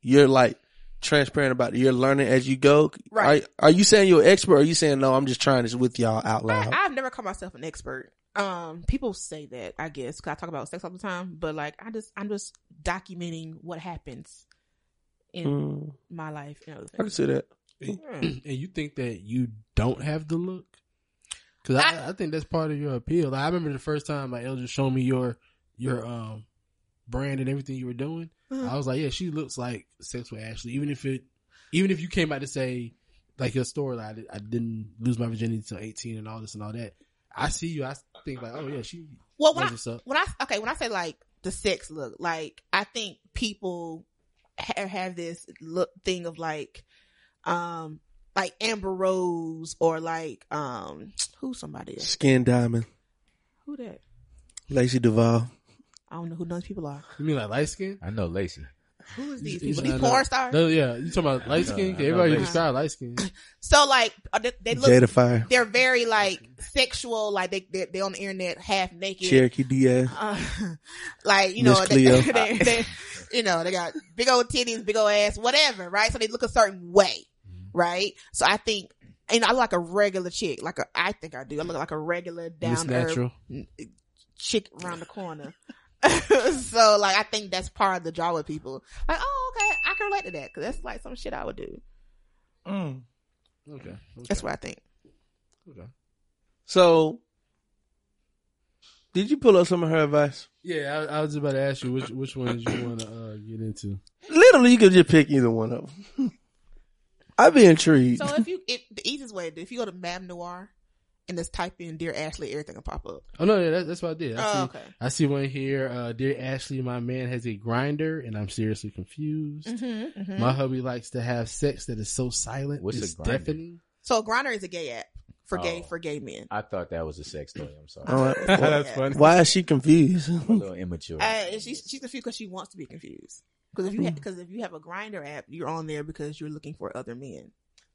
S3: you're like transparent about it. You're learning as you go.
S4: Right.
S3: Are, are you saying you're an expert? Or are you saying no? I'm just trying this with y'all out
S4: I,
S3: loud.
S4: I've never called myself an expert. Um, people say that, I guess, 'cause I talk about sex all the time, but like, I just, I'm just documenting what happens in
S3: Mm,
S4: my life and other
S3: I can
S4: things.
S3: see that.
S1: (clears throat)
S4: Mm.
S1: and you think that you don't have the look because I,
S4: I-
S1: I think that's part of your appeal like, i remember the first time my elder showed me your your um brand and everything you were doing
S4: Mhm.
S1: i was like yeah she looks like sex with ashley even if it even if you came out to say like your story like, I, did, I didn't lose my virginity until 18 and all this and all that i see you i think like oh yeah she
S4: Well, when
S1: knows
S4: I,
S1: what's up
S4: when I okay, when I say like the sex look, like I think people ha- have this look thing of like, um, like Amber Rose or like um, who somebody is?
S3: Skin diamond,
S4: who that?
S3: Lacey Duval.
S4: I don't know who those people are.
S1: you mean like light skin
S2: I know Lacey.
S4: Who is
S1: You-
S4: these
S1: you
S4: people?
S1: should
S4: These
S1: know.
S4: porn stars.
S1: no, yeah, you talking about light skin?
S2: I know
S1: Everybody
S2: Lacey.
S1: describe light skin.
S4: So like uh, they, they look,
S3: Jada Fire,
S4: they're very like sexual, like they they they're on the internet half naked.
S3: Cherokee Diaz.
S4: Uh, (laughs) like you
S3: Miss
S4: know,
S3: Cleo.
S4: they, (laughs) they, they- you know, they got big old titties, big old ass, whatever, right? So they look a certain way, right? So I think, and I look like a regular chick, like a, I think I do. I look like a regular
S1: Miss
S4: down to earth
S1: natural.
S4: chick around the corner. (laughs) so like, I think that's part of the draw with people. Like, oh, okay, I can relate to that because that's like some shit I would do.
S1: Okay, okay,
S4: That's what I think.
S1: okay.
S3: So, did you pull up some of her advice?
S1: Yeah, I, I was about to ask you which which ones you want to uh, get into.
S3: Literally, you could just pick either one of them. (laughs) I'd be intrigued.
S4: So if you, it, the easiest way, to do, if you go to Mam Noir and just type in "Dear Ashley," everything will pop up.
S1: Oh no, yeah, that, that's what I did. I see,
S4: Oh, okay.
S1: I see one here. Uh, Dear Ashley, my man has a grinder, and I'm seriously confused.
S4: Mm-hmm,
S1: My hubby likes to have sex that is so silent,
S2: What's a
S1: it's
S2: grinder?
S1: deafening.
S4: So Grinder is a gay app. for gay
S2: Oh.
S4: for gay men.
S2: I thought that was a sex toy. I'm sorry.
S3: Oh,
S1: (laughs) That's
S4: Yeah.
S1: funny.
S3: Why is she confused? (laughs)
S2: a little immature.
S4: Uh, and she's she's confused because she wants to be confused. Because if you because if you have a grinder app, you're on there because you're looking for other men.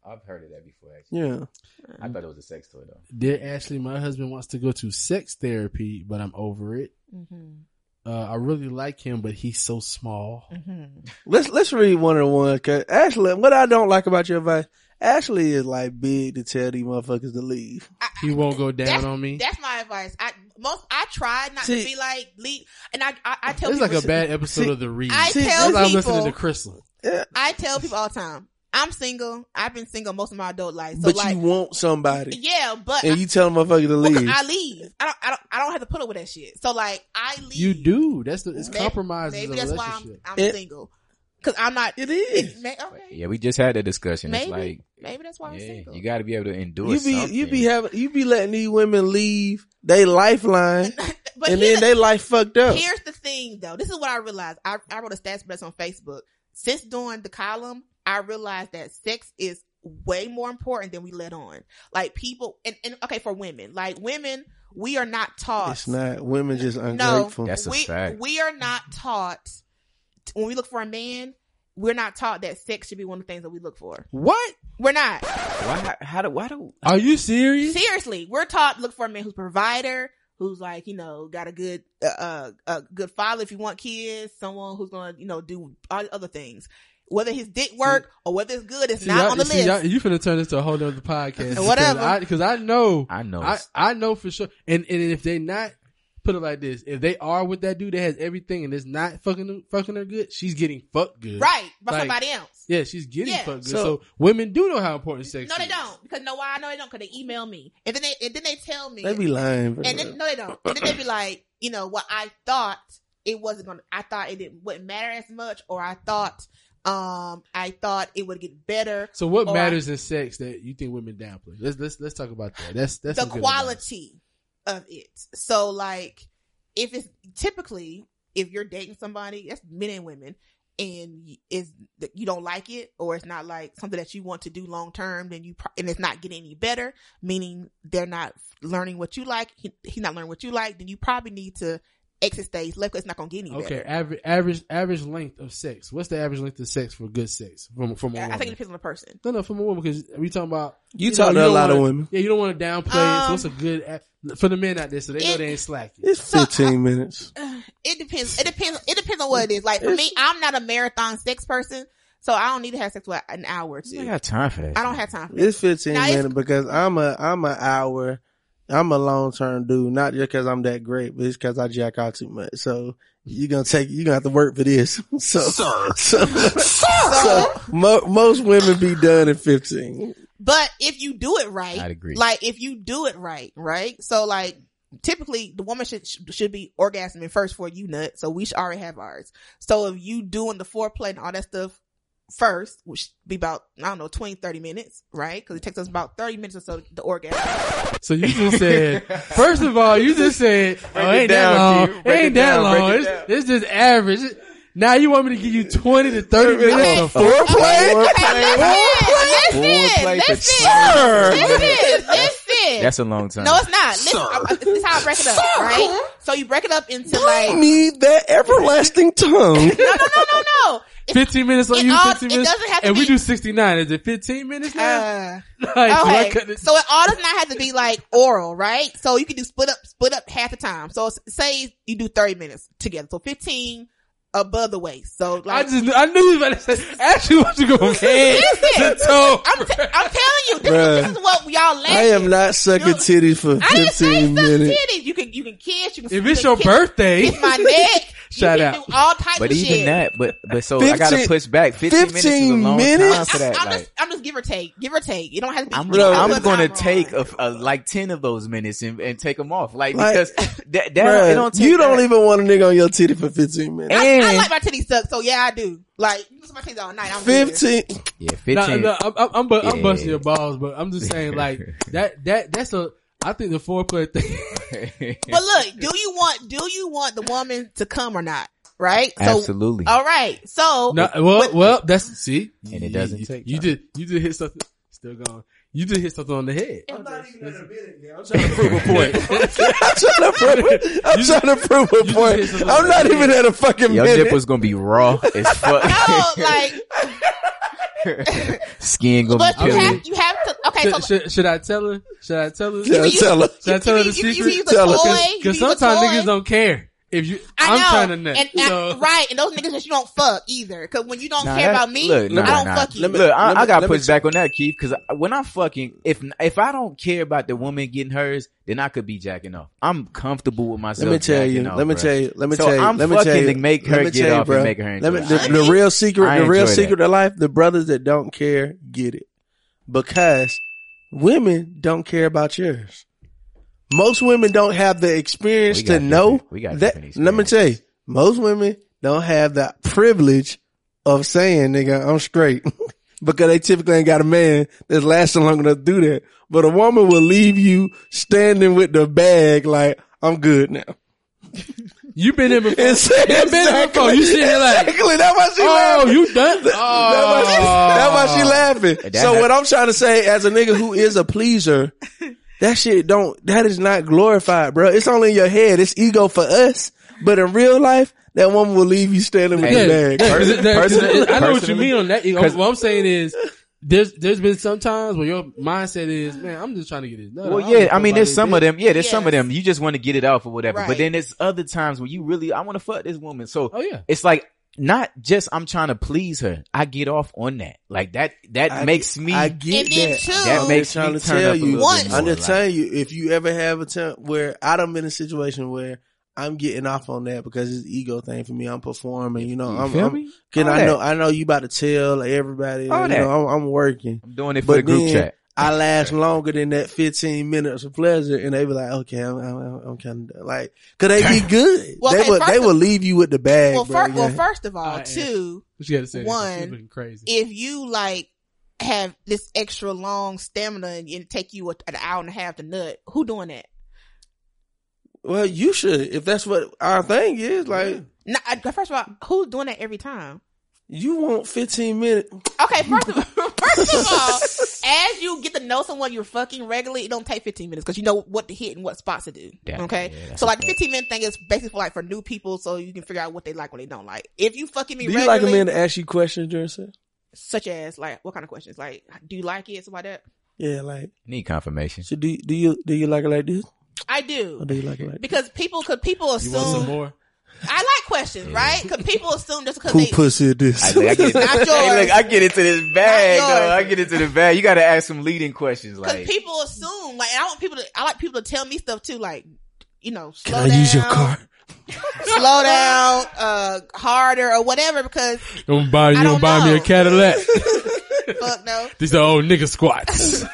S2: I've heard of that before. Actually,
S3: yeah.
S2: I thought it was a sex toy though.
S1: Dear Ashley, my husband wants to go to sex therapy, but I'm over it.
S4: Mm-hmm.
S1: Uh, I really like him, but he's so small.
S4: Mm-hmm.
S3: Let's let's read one of the ones. Cause Ashley, what I don't like about your advice, Ashley is like big to tell these motherfuckers to leave.
S1: He won't go down on me.
S4: That's my advice. I most I try not
S3: See-
S4: to be like lead, and I I, I tell
S1: It's
S4: people
S1: like a
S4: (laughs)
S1: bad episode
S3: see,
S1: of The Read.
S4: I
S3: See,
S4: tell
S1: That's why I'm listening to
S4: people
S1: Crystal.
S4: I tell people all the time. I'm single. I've been single most of my adult life. So
S3: but
S4: like
S3: you want somebody,
S4: yeah, but
S3: and you tell them motherfucker to
S4: I,
S3: leave.
S4: I leave. I don't I don't I don't have to put up with that shit. So like I leave.
S1: You do. That's the it's
S4: May-
S1: compromise is a
S4: Maybe that's why I'm,
S1: relationship.
S4: I'm
S3: It-
S4: single. Cause I'm not.
S3: (laughs) it is.
S4: May, okay.
S2: Yeah, we just had that discussion.
S4: Maybe.
S2: It's like,
S4: maybe that's why I'm
S2: yeah,
S4: single.
S2: you got to be able to endure.
S3: You be
S2: something.
S3: you be having you be letting these women leave they lifeline,
S4: but
S3: and
S4: here's
S3: then
S4: the-
S3: they life fucked up.
S4: Here's the thing though. This is what I realized. I, I wrote a stats blitz on Facebook. Since doing the column, I realized that sex is way more important than we let on. Like people and, and okay, for women. Like women, we are not taught
S3: It's not women just ungrateful.
S2: That's a
S4: we,
S2: fact.
S4: We are not taught when we look for a man, we're not taught that sex should be one of the things that we look for.
S1: What?
S4: We're not.
S2: Why? How do? Why do?
S1: Are you serious?
S4: Seriously, we're taught to look for a man who's a provider, who's like you know got a good uh, uh, a good father if you want kids, someone who's gonna you know do all the other things, whether his dick work or whether it's good, it's
S1: See,
S4: not
S1: y'all-
S4: on the
S1: see,
S4: list.
S1: y'all- You finna turn this to a whole nother podcast.
S4: (laughs) Whatever.
S1: Because I, know,
S2: I know.
S1: I, I know for sure. And and if they not put it like this, if they are with that dude that has everything and it's not fucking them- fucking her good, she's getting fucked good.
S4: right by
S1: Like,
S4: somebody else.
S1: Yeah, she's getting
S4: Yeah.
S1: fucked good. So,
S3: So-
S1: women do know how important sex.
S4: No, they
S1: is.
S4: don't. Because no, why? No, they don't. Because they email me, and then they and then they tell me
S3: They be lying.
S4: And then no, they don't. And then they be like, you know, what I thought it wasn't gonna. I thought it didn't wouldn't matter as much, or I thought, um, I thought it would get better.
S1: So what
S4: Or-
S1: matters in sex that you think women downplay? Let's let's let's talk about that. That's that's
S4: the
S1: some good advice.
S4: quality of it. So like, if it's typically if you're dating somebody, that's men and women, and is that you don't like it, or it's not like something that you want to do long term, then you pro- and it's not getting any better, meaning they're not learning what you like. He, he's not learning what you like. Then you probably need to exit stage left. 'cause it's not gonna get any
S1: Okay,
S4: better.
S1: average average average length of sex. What's the average length of sex for good sex from from a
S4: I-
S1: woman?
S4: I think it depends on the person.
S1: no, no, from a woman because we talking about
S3: you,
S1: know,
S3: talk to a
S1: don't
S3: lot of
S1: wanna-
S3: women.
S1: Yeah, you don't want to downplay. it. so
S4: Um,
S1: what's a good a- for the men out there so they know
S4: it-
S1: they ain't slacking.
S3: It's
S4: So,
S3: fifteen minutes.
S4: it depends. It depends. It depends on what it is. Like for me, I'm not a marathon sex person, so I don't need to have sex for an hour or two.
S2: I got time for that.
S4: I don't have time for that.
S3: It's fifteen
S4: Now, it's-
S3: minutes because I'm a I'm a hour. I'm a long term dude, not just because I'm that great, but it's because I jack out too much. So you're gonna take you gonna have to work for this. (laughs) So
S5: Sir.
S3: so, so mo- most women be done in fifteen.
S4: But if you do it right,
S2: I'd agree.
S4: Like if you do it right, right? So like typically the woman should should be orgasming first for you nut. So we should already have ours. So if you doing the foreplay and all that stuff first, which should be about I don't know 20 30 minutes, right? Cuz it takes us about 30 minutes or so to the orgasm.
S1: So you
S4: (laughs)
S1: just said, first of all, you just said, oh,
S2: it
S1: ain't
S2: down,
S1: that
S2: Q.
S1: long.
S2: Break
S1: ain't
S2: it
S1: that
S2: down, break
S1: long.
S2: it
S1: It's,
S2: down.
S1: it's just average. Now you want me to give you 20 to 30 minutes
S4: Okay.
S1: of four?
S3: (laughs) Foreplay?
S4: Listen,
S2: Foreplay
S4: listen,
S2: for
S4: listen,
S2: sure.
S4: listen, listen.
S2: That's a long time.
S4: No, it's not. Listen, I- I- this is how I break it up, right? So you break it up into
S3: I
S4: like
S3: need that everlasting tongue.
S4: no, no, no, no, no. It's
S1: 15 minutes on
S4: It
S1: you,
S4: all-
S1: 15
S4: it
S1: minutes.
S4: doesn't have to
S1: and we
S4: be-
S1: do 69. Is it 15 minutes now?
S4: Uh,
S1: (laughs) like, do I
S4: okay,
S1: cut it-
S4: so it all does not have to be like oral, right? So you can do split up, split up half the time. So s- say you do thirty minutes together, so fifteen above the waist. So
S1: I
S4: like,
S1: just, knew- I knew you was about to say, actually, what
S4: (laughs)
S1: you going to head
S4: Listen.
S1: to (laughs) toe.
S4: I'm, t- I'm telling you, this, is- this is what y'all lacking.
S3: I am not sucking
S4: You-
S3: titties for
S4: I didn't say
S3: fifteen
S4: some
S3: minutes.
S4: titties. You can, you can kiss. You can.
S1: If
S4: you
S1: it's
S4: can
S1: your
S4: kiss-
S1: birthday,
S4: kiss
S1: (laughs)
S4: my neck.
S1: Shout
S4: you
S1: out.
S4: Can do all types
S2: But
S4: of
S2: even
S4: shit.
S2: that, but but so I
S3: 15
S2: gotta push back. Fifteen, minutes is a
S3: 15
S2: long time
S3: minutes?
S2: for that.
S4: I'm
S2: like,
S3: (laughs)
S4: just, I'm just give or take, give or take. You don't have to be.
S2: I'm,
S4: you don't have
S2: I'm
S4: to put a
S2: gonna
S4: timer
S2: take
S4: on.
S2: a, a, like ten of those minutes and, and take them off, like,
S3: Like,
S2: because that, that
S3: Bruh,
S2: it don't take
S3: you don't
S2: that.
S3: even want a nigga on your titty for fifteen minutes.
S4: I, I
S2: And-
S4: like my titties sucked, so yeah, I do. Like, you can suck my titties all night. I'm good.
S3: Fifteen.
S2: yeah
S1: No,
S2: fifteen.
S1: no, I'm, I'm, I'm, bu- I'm
S2: Yeah.
S1: busting your balls, but I'm just saying,
S2: (laughs)
S1: like, that, that, that's a, I think the foreplay thing. (laughs)
S4: But look, do you want do you want the woman to come or not? Right? So,
S2: Absolutely.
S4: All right. So
S1: No, well, well, that's see,
S2: And it doesn't
S1: you,
S2: take
S1: You
S2: time.
S1: did, you did hit something. Still going. You just hit something on the
S4: (laughs)
S1: head.
S7: I'm not even in a minute now. I'm trying to prove
S1: (laughs)
S7: a
S1: Point.
S3: I'm (laughs) trying to prove, I'm
S1: You-
S3: trying to prove a
S1: just
S3: point.
S1: hit something
S3: I'm
S1: like
S3: not even at a fucking
S2: Your
S3: minute. (laughs)
S2: dip was gonna be raw
S4: (laughs)
S2: as
S4: No,
S1: (laughs)
S2: fuck.
S4: like,
S2: Skin gonna
S4: but
S2: be
S4: you
S1: Okay.
S2: peeling.
S4: have you have to. Okay,
S1: should,
S4: so
S1: should, should I tell her? Should I tell her?
S3: yeah,
S4: you-
S3: tell her.
S1: Should I tell her the
S4: if you- if you
S1: secret?
S4: use a
S3: Tell her.
S4: toy, if you
S1: Because
S4: use a
S1: sometimes
S4: toy-
S1: niggas don't care. If you,
S4: I know,
S1: am trying to nut.
S4: and I-
S1: so,
S4: right, and those niggas that you don't fuck either. Because when you don't
S2: Nah,
S4: care
S2: that-
S4: about me,
S2: look, nah,
S4: I don't
S2: nah.
S4: fuck you.
S3: Let me-
S2: Look, I,
S3: let
S2: I got
S3: let
S2: pushed back on that, Keith, because when I'm fucking, if if I don't care about the woman getting hers, then I could be jacking off. I'm comfortable with myself.
S3: Let me tell you.
S2: jacking off,
S3: Let me
S2: bruh.
S3: tell you. Let me
S2: So
S3: tell you.
S2: I'm
S3: let me
S2: fucking
S3: tell you.
S2: to make her
S3: let me
S2: get
S3: tell you,
S2: off
S3: bro.
S2: and make her into
S3: Let me,
S2: it.
S3: the,
S2: I
S3: the real secret.
S2: I
S3: the real
S2: enjoy that.
S3: secret of life. The brothers that don't care get it because women don't care about yours. Most women don't have the experience
S2: We got
S3: to know
S2: different- we got
S3: that.
S2: different
S3: Let me tell you. Most women don't have that privilege of saying, "Nigga, I'm straight." (laughs) because they typically ain't got a man that's lasting long enough to do that. But a woman will leave you standing with the bag like, I'm good now. (laughs)
S1: you been in before.
S3: It's
S1: been there before. You sitting here like,
S3: exactly. That's why she
S1: Oh,
S3: laughing.
S1: you
S4: (laughs)
S1: done? Oh.
S3: That's
S4: Oh.
S3: why, she, that's why she laughing.
S2: That
S3: so
S2: hap-
S3: what I'm trying to say, as a nigga who is a
S4: (laughs)
S3: pleaser, that shit don't. That is not glorified, bro. It's only in your head. It's ego for us, but in real life, that woman will leave you standing with
S1: Yeah,
S2: Hey,
S3: the
S1: yeah, 'cause
S3: bag.
S1: it- that- 'cause it-
S2: Personally-
S1: I know what you
S2: personally-
S1: mean on that. You know,
S2: 'cause-
S1: what I'm saying is, there's there's been some times where your mindset is, man, I'm just trying to get this.
S2: Well, yeah, I mean, there's some of them. Yeah, there's some of
S4: Yes.
S2: them. You just want to get it off or whatever.
S4: Right.
S2: But then there's other times when you really, I want to fuck this woman. So
S1: Oh yeah,
S2: it's like not just I'm trying to please her. I get off on that. Like that. That
S3: I
S2: makes
S3: get-
S2: me.
S3: I get
S4: And then
S3: that.
S4: two-
S2: that
S4: I'm
S3: just
S2: makes
S3: trying
S2: me
S3: to
S2: turn
S3: tell
S2: up a
S3: you.
S2: little
S4: Once-
S2: bit more,
S3: I'm just
S2: like-
S3: telling you, if you ever have a time where I done been in a situation where I'm getting off on that because it's an ego thing for me. I'm performing, you know.
S2: You
S3: I'm,
S2: feel
S3: I'm
S2: me?
S3: can
S2: All
S3: I
S2: that.
S3: know I know you about to tell everybody.
S2: All
S3: you
S2: that.
S3: know, I'm, I'm working.
S2: I'm doing it for
S3: But
S2: the group
S3: then-
S2: chat.
S3: I last longer than that 15 minutes of pleasure, and they be like, okay, I'm, I'm, I'm- I'm kind of like, cause they (laughs) be good.
S4: Well,
S3: they
S4: okay,
S3: would
S4: first
S3: they
S4: of-
S3: will leave you with the bag.
S4: well,
S3: bro,
S4: fir- well,
S3: yeah.
S4: first of all,
S1: Alright.
S4: too,
S1: what you got to say?
S4: One.
S1: She's looking crazy.
S4: if you like have this extra long stamina and it take you a, an hour and a half to nut, who doing that?
S3: well, you should if that's what our thing is. Like,
S4: No, I- first of all, who's doing that every time?
S3: you want 15 minutes?
S4: Okay, first of first of all, as you get to know someone you're fucking regularly, it don't take 15 minutes because you know what to hit and what spots to do.
S2: Yeah,
S4: okay,
S2: yeah, that's
S4: so
S2: a
S4: like the
S2: fact.
S4: 15 minute thing is basically for like for new people, so you can figure out what they like, what they don't like. If you fucking me
S3: Do you like a
S4: regularly,
S3: man to ask you questions during sex?
S4: such as like what kind of questions, like do you like it, something like that.
S3: Yeah, like
S2: Need confirmation.
S3: so. Do do you do you like it like this,
S4: I
S3: or
S4: do
S3: do you like it like
S4: because people could people
S1: you want some
S4: assume
S1: more?
S4: I like questions, right? Because people assume just because
S3: Who
S4: they
S3: pussy is
S2: I,
S3: this?
S4: (laughs)
S2: I
S4: (laughs)
S2: get,
S4: Not yours.
S2: Hey, look, I get into this bag,
S4: Not
S2: though. I
S4: yours.
S2: get into the bag. You got to ask some leading questions,
S4: Because
S2: like
S4: people assume, like, I want people to, I like people to tell me stuff too, like, you know, slow
S3: Can I
S4: down,
S3: use your car?
S4: slow down, uh, harder or whatever, because
S1: Don't buy you
S4: I
S1: don't,
S4: don't
S1: buy me a
S4: know. (laughs)
S1: Cadillac.
S4: fuck no,
S1: These are old nigga squats.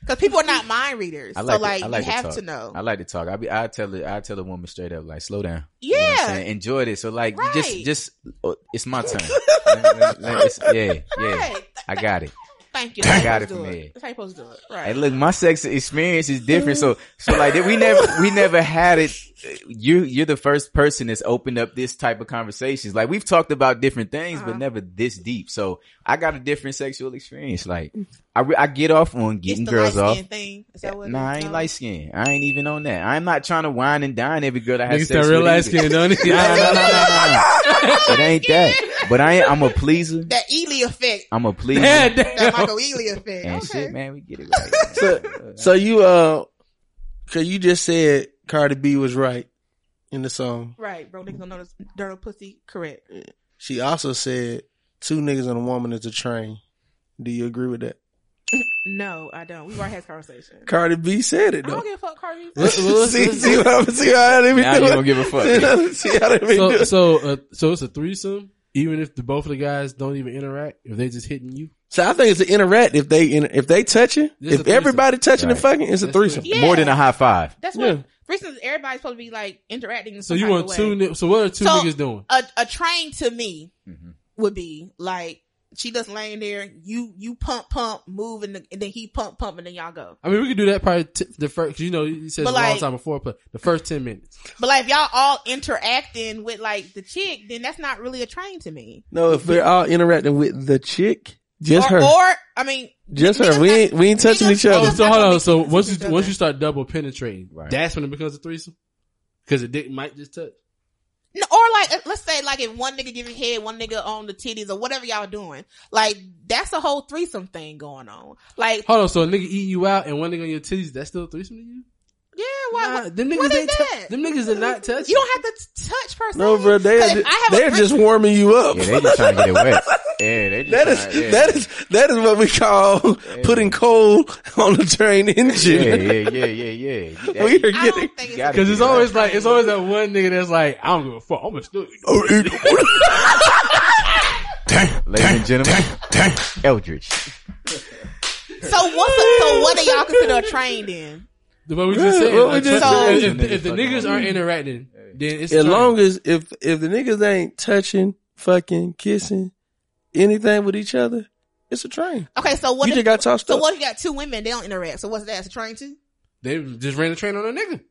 S4: because people are not mind readers,
S2: I like
S4: so
S2: to-
S4: like,
S2: I like
S4: you
S2: to
S4: have
S2: talk.
S4: to know,
S2: I like to talk. I be, I tell it, I tell a woman straight up, like, slow down. You know what I'm
S4: yeah,
S2: saying? Enjoy this. So like, you
S4: Right.
S2: just, just, oh, it's my turn.
S4: (laughs)
S2: Let- let- let- it's- yeah, yeah.
S4: right.
S2: I got it.
S4: Thank you.
S2: I
S4: That's how
S2: got
S4: you
S2: it
S4: supposed
S2: from
S4: to do
S2: here.
S4: That's how you supposed to do it,
S2: Hey,
S4: right?
S2: look, my sex experience is different. So, so like we never, we never had it. You, you're the first person that's opened up this type of conversations. Like we've talked about different things,
S4: Uh-huh.
S2: but never this deep. So I got a different sexual experience. Like I, re- I get off on
S4: It's
S2: getting
S4: the
S2: girls off.
S4: light-skinned thing. Is that what?
S2: Nah,
S4: it's
S2: I ain't
S4: called?
S2: light skin. I ain't even on that. I'm not trying to wine and dine every girl I have
S1: Niggas
S2: sex
S1: start
S2: with.
S1: real light
S2: either. (laughs)
S1: skin, don't
S2: No, no, no,
S1: they?
S2: no, no, no. It ain't that. But I ain't, I'm a pleaser.
S4: That Ely effect,
S2: I'm a pleaser.
S1: Yeah,
S2: (laughs)
S4: that
S1: damn.
S4: Michael Ely effect.
S2: And
S4: okay.
S2: shit, man, we get
S1: (laughs)
S2: it right.
S3: So- So you uh, cause you just said Cardi B was right in the song.
S4: Right, bro. Niggas don't know this dirt old pussy. Correct.
S3: She also said two niggas and a woman is a train. Do you agree with that?
S4: No, I don't. We've already had this conversation.
S3: Cardi B said it (laughs)
S4: I don't
S3: though.
S4: give a fuck, Cardi.
S3: see, see what I'm see how I didn't
S2: now you
S3: even
S2: don't
S3: do
S2: give a fuck.
S3: it. (laughs) See how I didn't even do
S1: So
S3: it.
S1: so uh, so it's a threesome. Even if the both of the guys don't even interact, if they just hitting you,
S3: So I think it's an interact if they in, if they touching,
S1: It's a
S3: if
S1: threesome.
S3: everybody touching and
S2: Right.
S3: fucking, it's a
S1: That's
S3: threesome.
S1: threesome.
S4: Yeah.
S2: More than a high five.
S4: That's
S3: Yeah.
S4: what. For instance, everybody's supposed to be like interacting. In
S1: so
S4: some
S1: you
S4: type
S1: want
S4: of
S1: two?
S4: way.
S1: Ni- so what are two
S4: So-
S1: niggas doing?
S4: A a train to me
S3: Mm-hmm.
S2: Mhm.
S4: would be like she just laying there. You you pump pump move and, the, and then he pump pump and then y'all go.
S1: I mean, we could do that probably t- the first. 'cause You know, you said
S4: But
S1: it's a long
S4: like-
S1: time before, but the first ten minutes.
S4: But like if y'all all interacting with like the chick, then that's not really a train to me.
S3: No, if we're all interacting with the chick, Just
S4: or,
S3: her.
S4: or, I mean,
S3: Just
S4: niggas
S3: her. We
S4: not-
S3: ain't- we ain't touching
S4: niggas-
S3: each other.
S4: niggas
S1: Oh, So
S4: not
S1: hold
S4: gonna
S1: on.
S4: be
S1: So
S4: touching
S1: once
S4: each
S1: you
S4: other.
S1: once you start double penetrating,
S2: Right.
S1: that's when it becomes a threesome. Because it dick might just touch.
S4: No, or like uh, let's say like if one nigga giving head, one nigga on the titties or whatever y'all doing, like that's a whole threesome thing going on. Like,
S1: Hold on. So a nigga eating you out and one nigga on your titties, that's still a threesome to you?
S4: yeah, why?
S1: Nah,
S4: why-
S1: them niggas
S4: what is
S1: ain't tou-
S4: that?
S1: them niggas are not touching.
S4: you don't have to t- touch person.
S3: No, bro, they are, ju- they are just warming you up.
S2: Yeah, they just trying to get it wet. Yeah, they
S3: (laughs)
S2: just
S3: That
S2: trying,
S3: is
S2: yeah.
S3: that is that is what we call putting coal on the train engine. (laughs)
S2: Yeah, yeah, yeah, yeah, yeah. That-
S3: We are
S4: I
S3: getting. (laughs)
S4: don't think
S2: Got
S4: it's
S2: it.
S1: Because it's always like it's always that one nigga that's like, I don't give a fuck. I'm gonna still eat
S3: Oh,
S1: you."
S3: (laughs)
S2: ladies and gentlemen, Eldridge.
S4: so. What's a, so what do y'all consider a train then?
S1: But we just said
S3: What we
S1: like, if-
S3: just
S2: said.
S1: if, if the niggas aren't interacting, then it's
S3: As
S1: a
S3: long as if if the niggas ain't touching, fucking, kissing, anything with each other, it's a train.
S4: Okay, so what?
S3: you just
S4: If,
S3: got tossed
S4: so
S3: up.
S4: what? If you got two women, they don't interact. So what's that? It's a train too.
S1: they just ran a train on a nigga.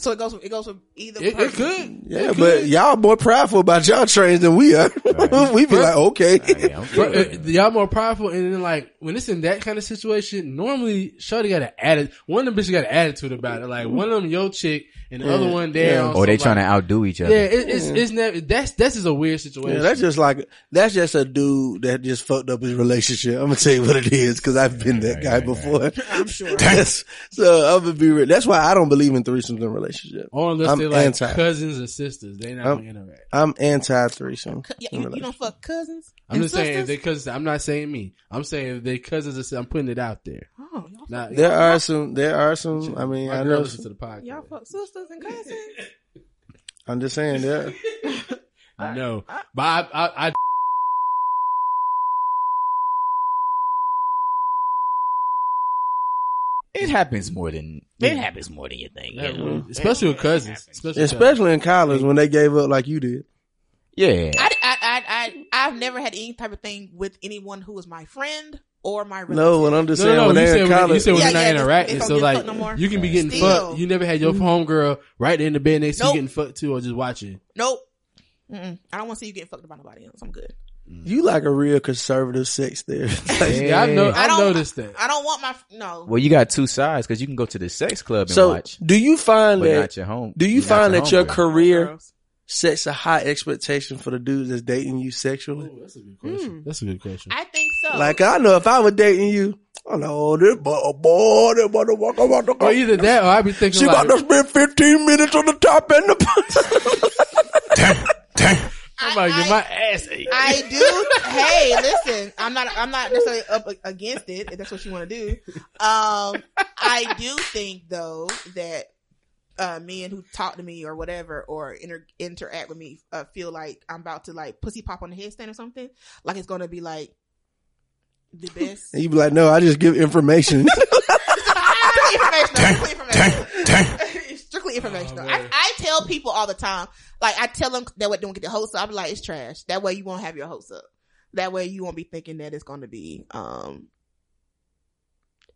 S4: So it goes. It goes with either.
S1: It, it
S4: person.
S1: could.
S3: Yeah, but y'all more prideful about y'all trains than we are. (laughs)
S2: Right.
S3: we be like, okay. (laughs)
S2: Yeah, I'm
S1: But, uh,
S2: good.
S1: y'all more powerful, and then like when it's in that kind of situation, normally Shorty got an attitude. One of them bitches got an attitude about it. Like one of them yo chick, and the other one
S3: yeah.
S1: there.
S2: Or Oh, they trying to outdo each other.
S1: Yeah, it, it's it's never. That's that's just a weird situation.
S3: Yeah, that's just like that's just a dude that just fucked up his relationship. I'm gonna tell you what it is because I've been that guy before. (laughs) I'm sure. That's, so I'm gonna be real. That's why I don't believe in threesomes in relationships.
S1: or unless
S3: I'm
S1: they're like
S3: anti.
S1: cousins or sisters, they not
S3: I'm-
S1: gonna interact.
S3: I'm anti threesome.
S4: Yeah, you, you don't fuck cousins.
S1: I'm
S4: and
S1: just saying if they
S4: sisters?
S1: cousins. I'm not saying me. I'm saying if they cousins. Are, si- I'm putting it out there.
S4: Oh, y'all,
S1: Not,
S3: There are some. There are some. I mean,
S1: my
S3: I
S1: girl
S3: know.
S1: listens to the podcast.
S4: y'all fuck sisters and cousins.
S3: I'm just saying there.
S1: I know, but I, I, I
S2: It happens more than it happens more than you think. you know?
S1: especially with cousins, especially, with cousins.
S3: Especially in college when they gave up like you did.
S2: Yeah,
S4: (laughs) I, I, I, I, I've never had any type of thing with anyone who was my friend or my relative.
S3: No, what I'm just saying when
S1: you
S3: they're
S1: said
S3: in
S1: when, you
S3: college.
S1: said when
S4: Yeah,
S1: they're not
S4: yeah, they-
S1: interacting,
S4: they don't
S1: so
S4: get
S1: like
S4: fucked no more.
S1: you can be getting
S4: Still. Mm-hmm.
S1: fucked. You never had your homegirl right there in the bed next to
S4: Nope.
S1: you getting fucked too, or just watching.
S4: Nope. Mm-mm. I don't want to see you getting fucked by nobody else. I'm good.
S3: You like a real conservative sex therapist. Like,
S1: Yeah, I've, no,
S2: Yeah.
S4: I
S1: I've
S4: don't-
S1: noticed that.
S4: I don't want my no.
S2: Well, you got two sides because you can go to the sex club
S3: (laughs)
S2: and
S3: so,
S2: watch,
S3: do you find
S2: but
S3: that
S2: not your home.
S3: do you
S2: not
S3: find that your
S2: homeboy.
S3: career
S4: Girls.
S3: sets a high expectation for the dudes that's dating you sexually?
S1: that's a good question. That's a good question.
S4: I think so.
S3: Like I know if I were dating you, I know this bu- boy, this motherfucker about to
S1: Or
S3: go.
S1: either that, or I'd be thinking
S3: She
S1: like,
S3: about to spend fifteen minutes on the top and the.
S1: I'm about
S4: I,
S1: to get
S4: I-
S1: my ass ate.
S4: I do. hey, listen, I'm not. I'm not necessarily up a- against it if that's what you want to do. Um, I do think though that uh, men who talk to me or whatever or inter- interact with me uh, feel like I'm about to like pussy pop on the headstand or something. Like it's gonna be like the
S3: (laughs)
S4: best.
S3: and you be like, no, I just give information. (laughs)
S4: strictly informational. Strictly (laughs) informational. strictly informational. I, I tell people all the time, like I tell them that way they don't get the hopes up. I'm like, it's trash. That way you won't have your hopes up. That way you won't be thinking that it's going to be um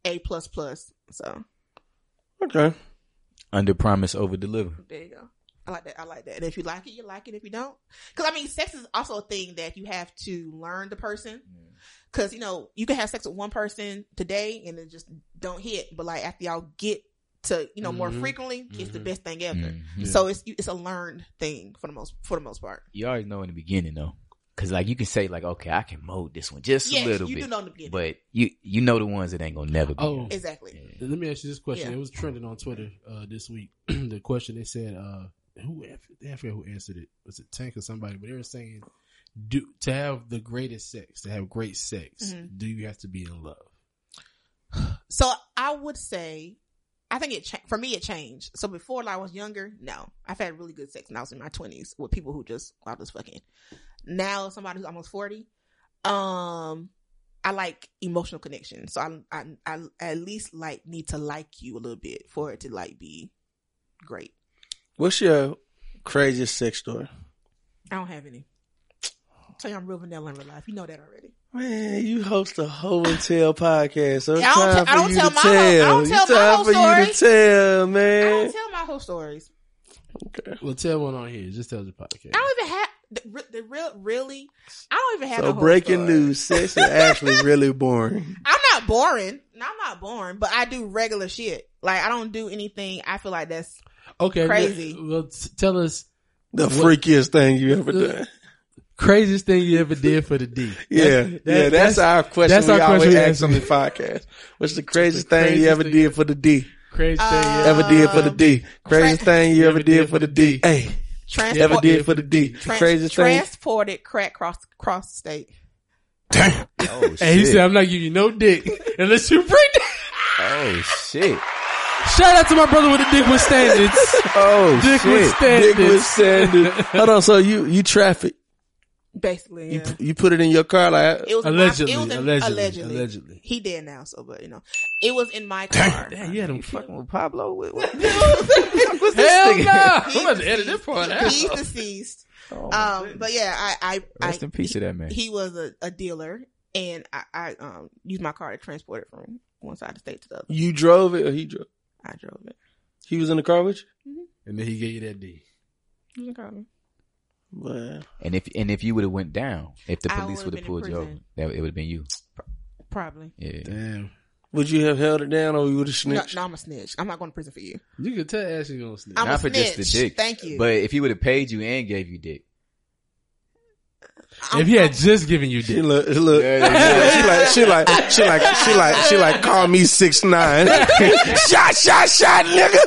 S4: a plus plus. So
S3: okay,
S2: under promise over deliver.
S4: there you go. I like that. I like that. And if you like it, you like it. If you don't, because I mean, sex is also a thing that you have to learn the person. Because you know, you can have sex with one person today and it just don't hit. But like after y'all get to you know more
S1: Mhm.
S4: frequently, it's the
S1: Mhm.
S4: best thing ever.
S2: Mhm.
S4: So it's it's a learned thing for the most for the most part.
S2: You always know in the beginning though, because like you can say like, okay, I can mold this one just a
S4: Yes,
S2: little
S4: you
S2: bit,
S4: do know in the beginning.
S2: but you you know the ones that ain't gonna never. Be
S1: Oh.
S4: exactly.
S1: Let me ask you this question.
S4: Yeah.
S1: It was trending on Twitter uh, this week. (clears throat) the question they said, uh, who I forget who answered it. Was it Tank or somebody? But they were saying, do to have the greatest sex, to have great sex,
S4: Mhm.
S1: do you have to be in love?
S4: So I would say, I think it cha- for me it changed. So before, like, I was younger, no, I've had really good sex when I was in my twenties with people who just I was fucking. Now somebody who's almost forty, um, I like emotional connection. So I, I I at least like need to like you a little bit for it to like be great.
S3: what's your craziest sex story?
S4: I don't have any. Tell you I'm real vanilla in real life. You know that already.
S3: Man, you host a hoe and tell podcast. So it's
S4: I don't
S3: time
S4: te- I
S3: for
S4: don't
S3: you
S4: tell
S3: to
S4: my hoe- I
S3: tell.
S4: don't tell
S3: It's
S4: my
S3: time
S4: hoe
S3: for you to tell,
S4: I
S3: man.
S4: don't tell my whole stories.
S1: Well, tell one on here. Just tell the podcast.
S4: I don't even have. the, re- the real, really, I don't even have. the
S3: (laughs) So
S4: whole
S3: breaking
S4: story.
S3: news, sex is actually really boring.
S4: I'm not boring. No, I'm not boring, but I do regular shit. Like I don't do anything. I feel like that's
S1: Okay,
S4: Crazy.
S1: Well, t- tell us
S3: The freakiest thing you ever done.
S1: craziest thing you ever did for the D.
S3: Yeah, yeah, that's, our question.
S1: that's
S3: we
S1: our question
S3: always
S1: we
S3: ask
S1: ask.
S3: on the podcast. (laughs) What's the craziest thing you
S1: craziest
S3: ever
S1: thing
S3: did for the D?
S1: crazy thing. you
S4: Uh,
S3: Ever did for the D? Craziest
S4: Cra-
S3: thing you ever did for the D? Hey,
S4: transport.
S3: ever did for the D?
S4: trans-
S3: Craziest thing.
S4: transported crack cross cross state.
S2: Oh shit!
S1: Hey, he said, "I'm not giving you no dick unless you bring." It.
S2: oh shit!
S1: Shout out to my brother with the dick with standards.
S2: Oh
S1: dick
S2: shit!
S1: with standards.
S3: Dick was sanded.
S4: (laughs)
S3: Hold on, so you you traffic?
S4: Basically,
S3: You
S4: yeah.
S3: p- you put it in your car like
S4: it was
S1: Allegedly,
S4: my, it was in-
S1: allegedly,
S4: allegedly,
S1: allegedly.
S4: He dead now, so but you know, it was
S3: (laughs)
S4: in my car. (laughs)
S1: Damn, you had him fucking.
S2: Fucking with Pablo. What,
S3: (laughs)
S2: what?
S1: Hell no! (laughs) I'm
S4: He's
S1: about to edit this
S4: deceased.
S1: part
S4: He's
S1: out.
S4: deceased. (laughs)
S2: Oh,
S4: Um, but yeah, I, I,
S2: rest
S4: I
S2: in peace
S4: he,
S2: to that man.
S4: he was a, a dealer, and I, I um used my car to transport it from one side of the state to the other.
S3: you drove it or he drove.
S4: I drove it.
S3: He was in the car with you.
S1: And then he gave you that D.
S4: It was in Cali.
S3: Well,
S2: and if and if you would have went down, if the
S4: I
S2: police
S4: would've
S2: would have
S4: been in
S2: pulled you over,
S4: prison.
S2: that it would have been you.
S4: Probably.
S2: Yeah.
S1: Damn.
S3: would you have held it down or you would have
S4: No,
S3: snitched?
S4: no, I'm a snitch. I'm not going to prison for you.
S1: You could tell Ashley gonna snitch.
S4: I'm
S2: Not
S4: a
S2: for
S4: snitch.
S2: just the dick.
S4: Thank you.
S2: But if he would have paid you and gave you dick,
S4: I'm-
S1: if he had just given you
S3: She
S1: dick,
S3: look, she look. (laughs) She like, she like, she like, she like, she like. Call me six (laughs) nine. shot, shot, shot, nigga.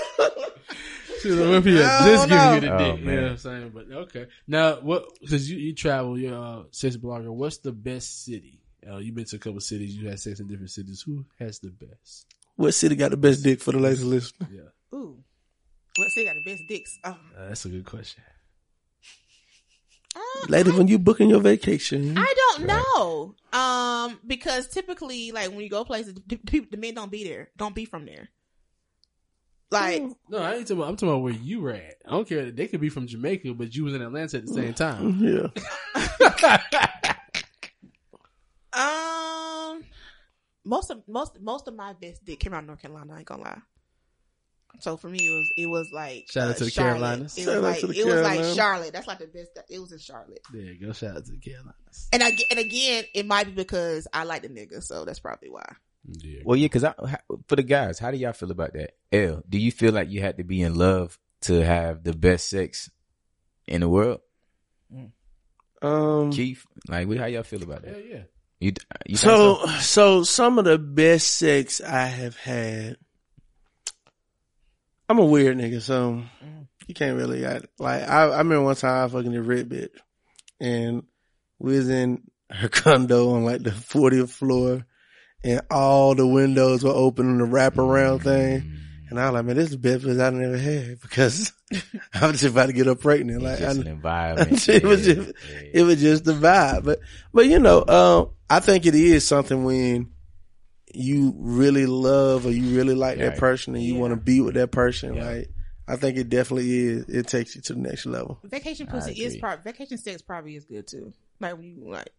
S1: She was like, if he had
S4: I
S1: just
S4: don't
S1: given you the
S2: know.
S1: dick,
S2: Oh,
S1: you know
S2: man.
S1: what I'm saying? But okay, now what? Because you you travel, you're a sex blogger. What's the best city? Uh, you've been to a couple cities. You had sex in different cities. Who has the best?
S3: What city got the best dick for the ladies listening?
S1: Yeah,
S4: Ooh. What city got the best dicks? Oh.
S1: uh, that's a good question.
S4: Uh,
S3: Ladies, when you booking your vacation,
S4: I don't know. Um, because typically, like when you go places, the, people, the men don't be there. Don't be from there. Like
S1: No, I ain't talking. About, I'm talking about where you were at. I don't care. They could be from Jamaica, but you was in Atlanta at the same time.
S3: yeah.
S4: Um, most of most most of my best dick came out of North Carolina. I ain't gonna lie. So for me, it was it was like
S1: Shout out to the
S4: Charlotte.
S1: Carolinas.
S4: It
S3: Shout
S4: was
S3: out
S4: like
S3: to the
S4: it was
S3: Carolinas.
S4: like Charlotte. That's like the best. That, it was in Charlotte.
S1: there you go. Shout out to the Carolinas.
S4: And I ge- and again, it might be because I like the nigga, so that's probably why.
S1: Yeah.
S2: well, yeah, because for the guys, how do y'all feel about that? L, do you feel like you had to be in love to have the best sex in the world?
S4: Mm.
S3: Um.
S2: Keith, like, what, how y'all feel about
S1: Hell
S2: that?
S1: yeah.
S2: You, you think
S3: So, so some of the best sex I have had. I'm a weird nigga, so
S2: Mm.
S3: you can't really. I, like I, I remember one time I fucking the red bitch, and we was in her (laughs) condo on like the 40th floor, and all the windows were open and the wraparound thing.
S2: Mm.
S3: And I was like, man, this is the best place I done ever had because (laughs) I was just about to get up pregnant.
S2: Mm,
S3: Like,
S2: It's just
S3: I,
S2: an
S3: (laughs)
S2: environment.
S3: It was just- it was just the vibe. But but you know, um, I think it is something when you really love or you really like that
S2: Right.
S3: person and you want to be with that person.
S2: Yeah.
S3: Like I think it definitely is. It takes you to the next level.
S4: Vacation
S2: I
S4: pussy is
S2: agree.
S4: probably vacation sex probably is good too. Like when you like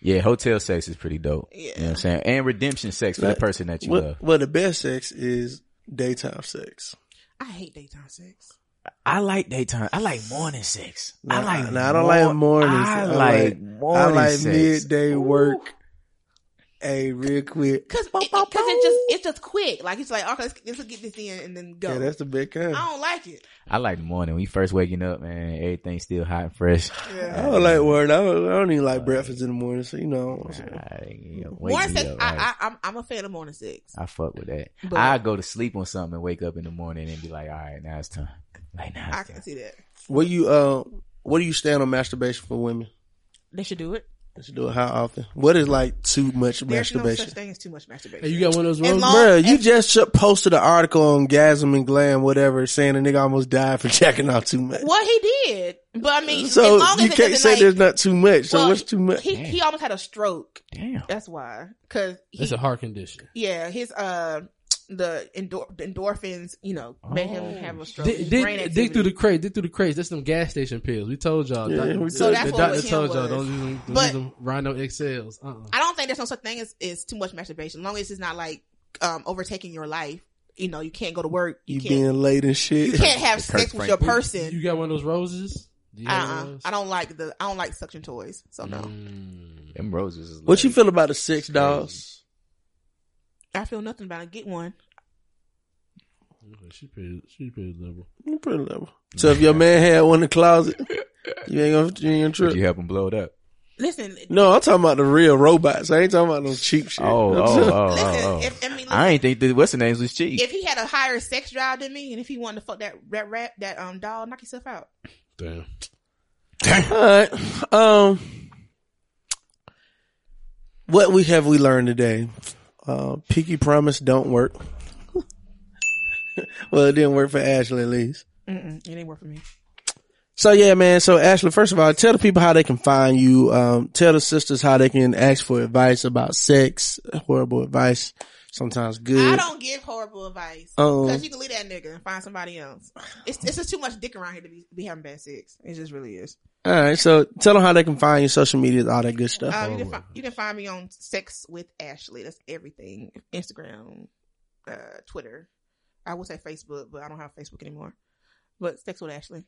S2: yeah, hotel sex is pretty dope. You know what
S4: Yeah.
S2: I'm saying? And redemption sex for
S3: Like,
S2: the person that you
S3: Well,
S2: love.
S3: well, the best sex is daytime sex.
S4: I hate daytime sex.
S2: I like daytime. I like morning sex.
S3: Nah, nah, I don't like mornings.
S2: I
S3: I
S2: like,
S3: like-
S2: morning
S3: I like
S2: sex.
S3: midday work. Hey, real quick.
S4: Cause it, cause it just it's just quick. Like it's like okay, let's, let's get this in and then go.
S3: Yeah, that's the big kind.
S4: I don't like it.
S2: I like the morning. When you first waking up, man, everything's still hot and fresh.
S4: Yeah.
S3: I don't like work. I don't, I don't even like breakfast in the morning, so you know.
S4: Morning
S2: Morning
S4: sex,
S2: Up, right?
S4: I, I, I'm, I'm a fan of morning sex.
S2: I fuck with that.
S4: But-
S2: I go to sleep on something and wake up in the morning and be like, all right, now it's time. Like now
S4: I
S2: it's
S4: can
S2: time.
S4: see that.
S3: What you uh, what do you stand on masturbation for women?
S4: They should do it.
S3: Let's do it how often? What is like too much
S4: There's no such
S3: masturbation?
S4: thing as too much masturbation.
S1: Hey, you got one of those
S4: As
S1: roads?
S4: long-
S3: Bruh, you just sh- posted an article on Gasm and Glam, whatever, saying a nigga almost died for (laughs) jacking off too much.
S4: well, he did, but I mean,
S3: so
S4: as long
S3: you
S4: as
S3: can't
S4: it doesn't,
S3: say
S4: like,
S3: there's not too much. So
S4: well,
S3: what's too much?
S4: He, he almost had a stroke.
S2: Damn.
S4: That's why, because he,
S1: It's a heart condition.
S4: yeah, his uh, the, endor- the endorphins, you know, made him have a stroke.
S1: Dig,
S4: His brain
S1: dig, dig
S4: activity.
S1: through the crates. Dig through the crates. That's them gas station pills. We told y'all.
S3: Yeah,
S1: Doc-
S3: we
S1: the
S3: So
S4: that's what
S1: doctor
S4: was him
S1: told y'all
S4: was.
S1: don't use them, don't
S4: But-
S1: use them Rhino XLs. Uh-uh.
S4: I don't think there's no such thing as, as too much masturbation. As long as it's not like um overtaking your life, you know, you can't go to work, you,
S3: You
S4: can't,
S3: being late and shit.
S4: you can't have
S2: Kirk
S4: sex with
S2: Franklin.
S4: your person.
S1: You got one of those roses?
S4: Uh-uh. I don't like the I don't like suction toys. So no.
S1: Mm.
S2: Them roses
S3: (laughs)
S2: is
S3: Mm-hmm. What you
S2: like-
S3: feel about the six dogs?
S4: I feel nothing about it. Get one.
S1: She pretty, she pretty liberal.
S3: You Pretty level. So if your man had one in the
S2: (laughs)
S3: closet, you ain't gonna, you ain't gonna
S2: Would
S3: trip.
S2: you help him blow it up?
S4: Listen,
S3: No, I'm talking about the real robots. I ain't talking about no cheap shit. (laughs)
S2: Oh,
S3: I'm
S2: oh,
S3: talking-
S2: oh,
S4: listen,
S2: oh, oh.
S4: if I mean listen,
S2: I ain't think that what's the names was cheap.
S4: if he had a higher sex drive than me and if he wanted to fuck that rat rat that um doll, knock yourself out.
S1: Damn.
S3: All right. Um, what we have we learned today? Uh, Pinky promise don't work. (laughs) well, it didn't work for Ashley at least.
S4: Mm-mm, it ain't work for me.
S3: So yeah, man. So Ashley, first of all, tell the people how they can find you. Um, tell the sisters how they can ask for advice about sex, horrible advice, sometimes
S4: I
S3: good.
S4: don't give horrible advice
S3: Oh.
S4: because you can leave that nigga and find somebody else. It's it's just too much dick around here to be, be having bad sex. It just really is.
S3: All right. So tell them how they can find you, social media, all that good stuff.
S4: Um, you, can fi- you can find me on Sex with Ashley. That's everything. Instagram, uh, Twitter. I would say Facebook, but I don't have Facebook anymore. But Sex with Ashley.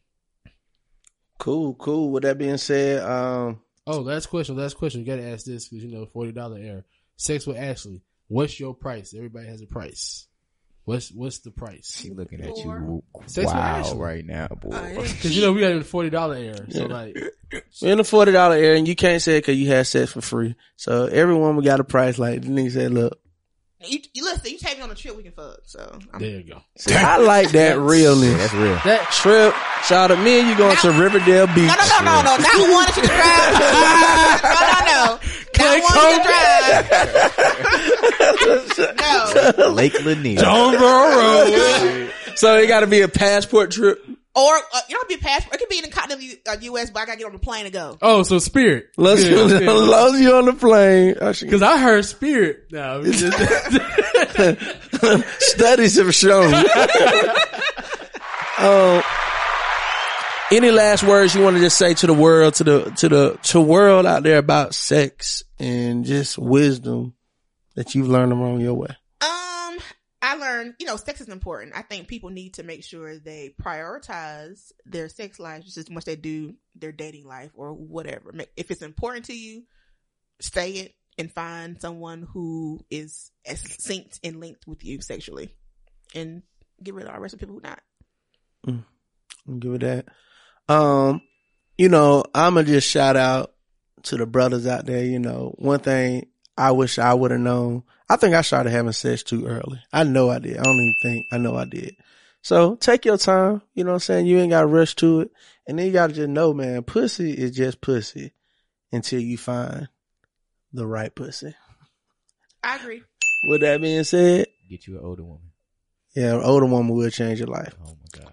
S3: Cool, cool. With that being said, um,
S1: Oh, last question. Last question. You got to ask this because you know forty dollar error. Sex with Ashley. What's your price? Everybody has a price. What's what's the price?
S2: She looking at
S4: Or-
S2: you
S1: Sex with
S2: wow
S1: Ashley.
S2: right now, boy.
S1: Because you know we got in forty dollar error. So
S3: Yeah.
S1: like,
S3: We're in the forty dollar area, and you can't say it because you had sex for free. So everyone, we got a price. Like the nigga said, look,
S4: you, you listen. You take me on a trip, we can fuck. So I'm,
S1: there you go.
S3: I like that
S2: Yeah,
S3: realness.
S2: (laughs) that's real.
S1: That
S3: Trip, shout out me and you going to Riverdale Beach.
S4: no, no, no, no, no, not one that you can drive. no, no, no, not one you can drive. No,
S2: Lake Lanier.
S3: (laughs) so it got to be a passport trip,
S4: or uh, you don't be passport. It could be in the continental U- uh, U.S., but I gotta get on the plane to go.
S1: oh, so Spirit.
S3: loves (laughs) you, loves you on the plane. Oh, she-
S1: Because I heard Spirit. No, we just-
S3: (laughs) Studies have shown. (laughs) Uh, any last words you want to just say to the world, to the to the to world out there about sex and just wisdom that you've learned along your way?
S4: Um, I learned, you know, sex is important. I think people need to make sure they prioritize their sex life just as much they do their dating life or whatever. Ma- If it's important to you, stay it and find someone who is as synced and linked with you sexually, and get rid of all the rest of people who not.
S3: I'll Mm. give it that. Um, you know, I'ma just shout out to the brothers out there. You know, one thing I wish I would have known. I think I started having sex too early. I know I did. I don't even think. I know I did. So take your time. You know what I'm saying? You ain't got to rush to it. And then you got to just know, man, pussy is just pussy until you find the right pussy.
S4: I agree.
S3: With that being said,
S2: Get you an older woman.
S3: yeah, an older woman will change your life.
S2: Oh my god.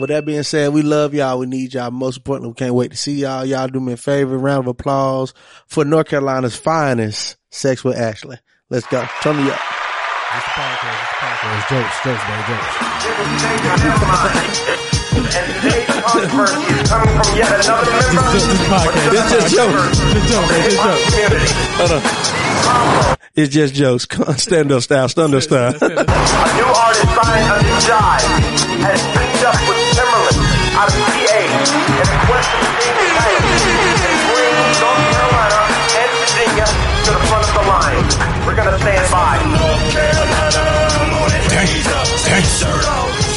S3: With that being said, we love y'all. We need y'all. Most importantly, we can't wait to see y'all. Y'all do me a favor. Round of applause for North Carolina's finest sex with Ashley. Let's go. Turn me
S1: It's
S3: up.
S1: a podcast. It's a podcast. It's jokes, jokes, baby, jokes.
S3: It's just jokes.
S1: It's jokes, baby, it's jokes.
S3: It's just jokes. (laughs) Come on, Stand up style. Stand up style.
S8: New artist signed under Jive has teamed up with Timberland out of PA in a quest to stay united and bring North Carolina and Virginia to the front of the line. We're gonna stand by.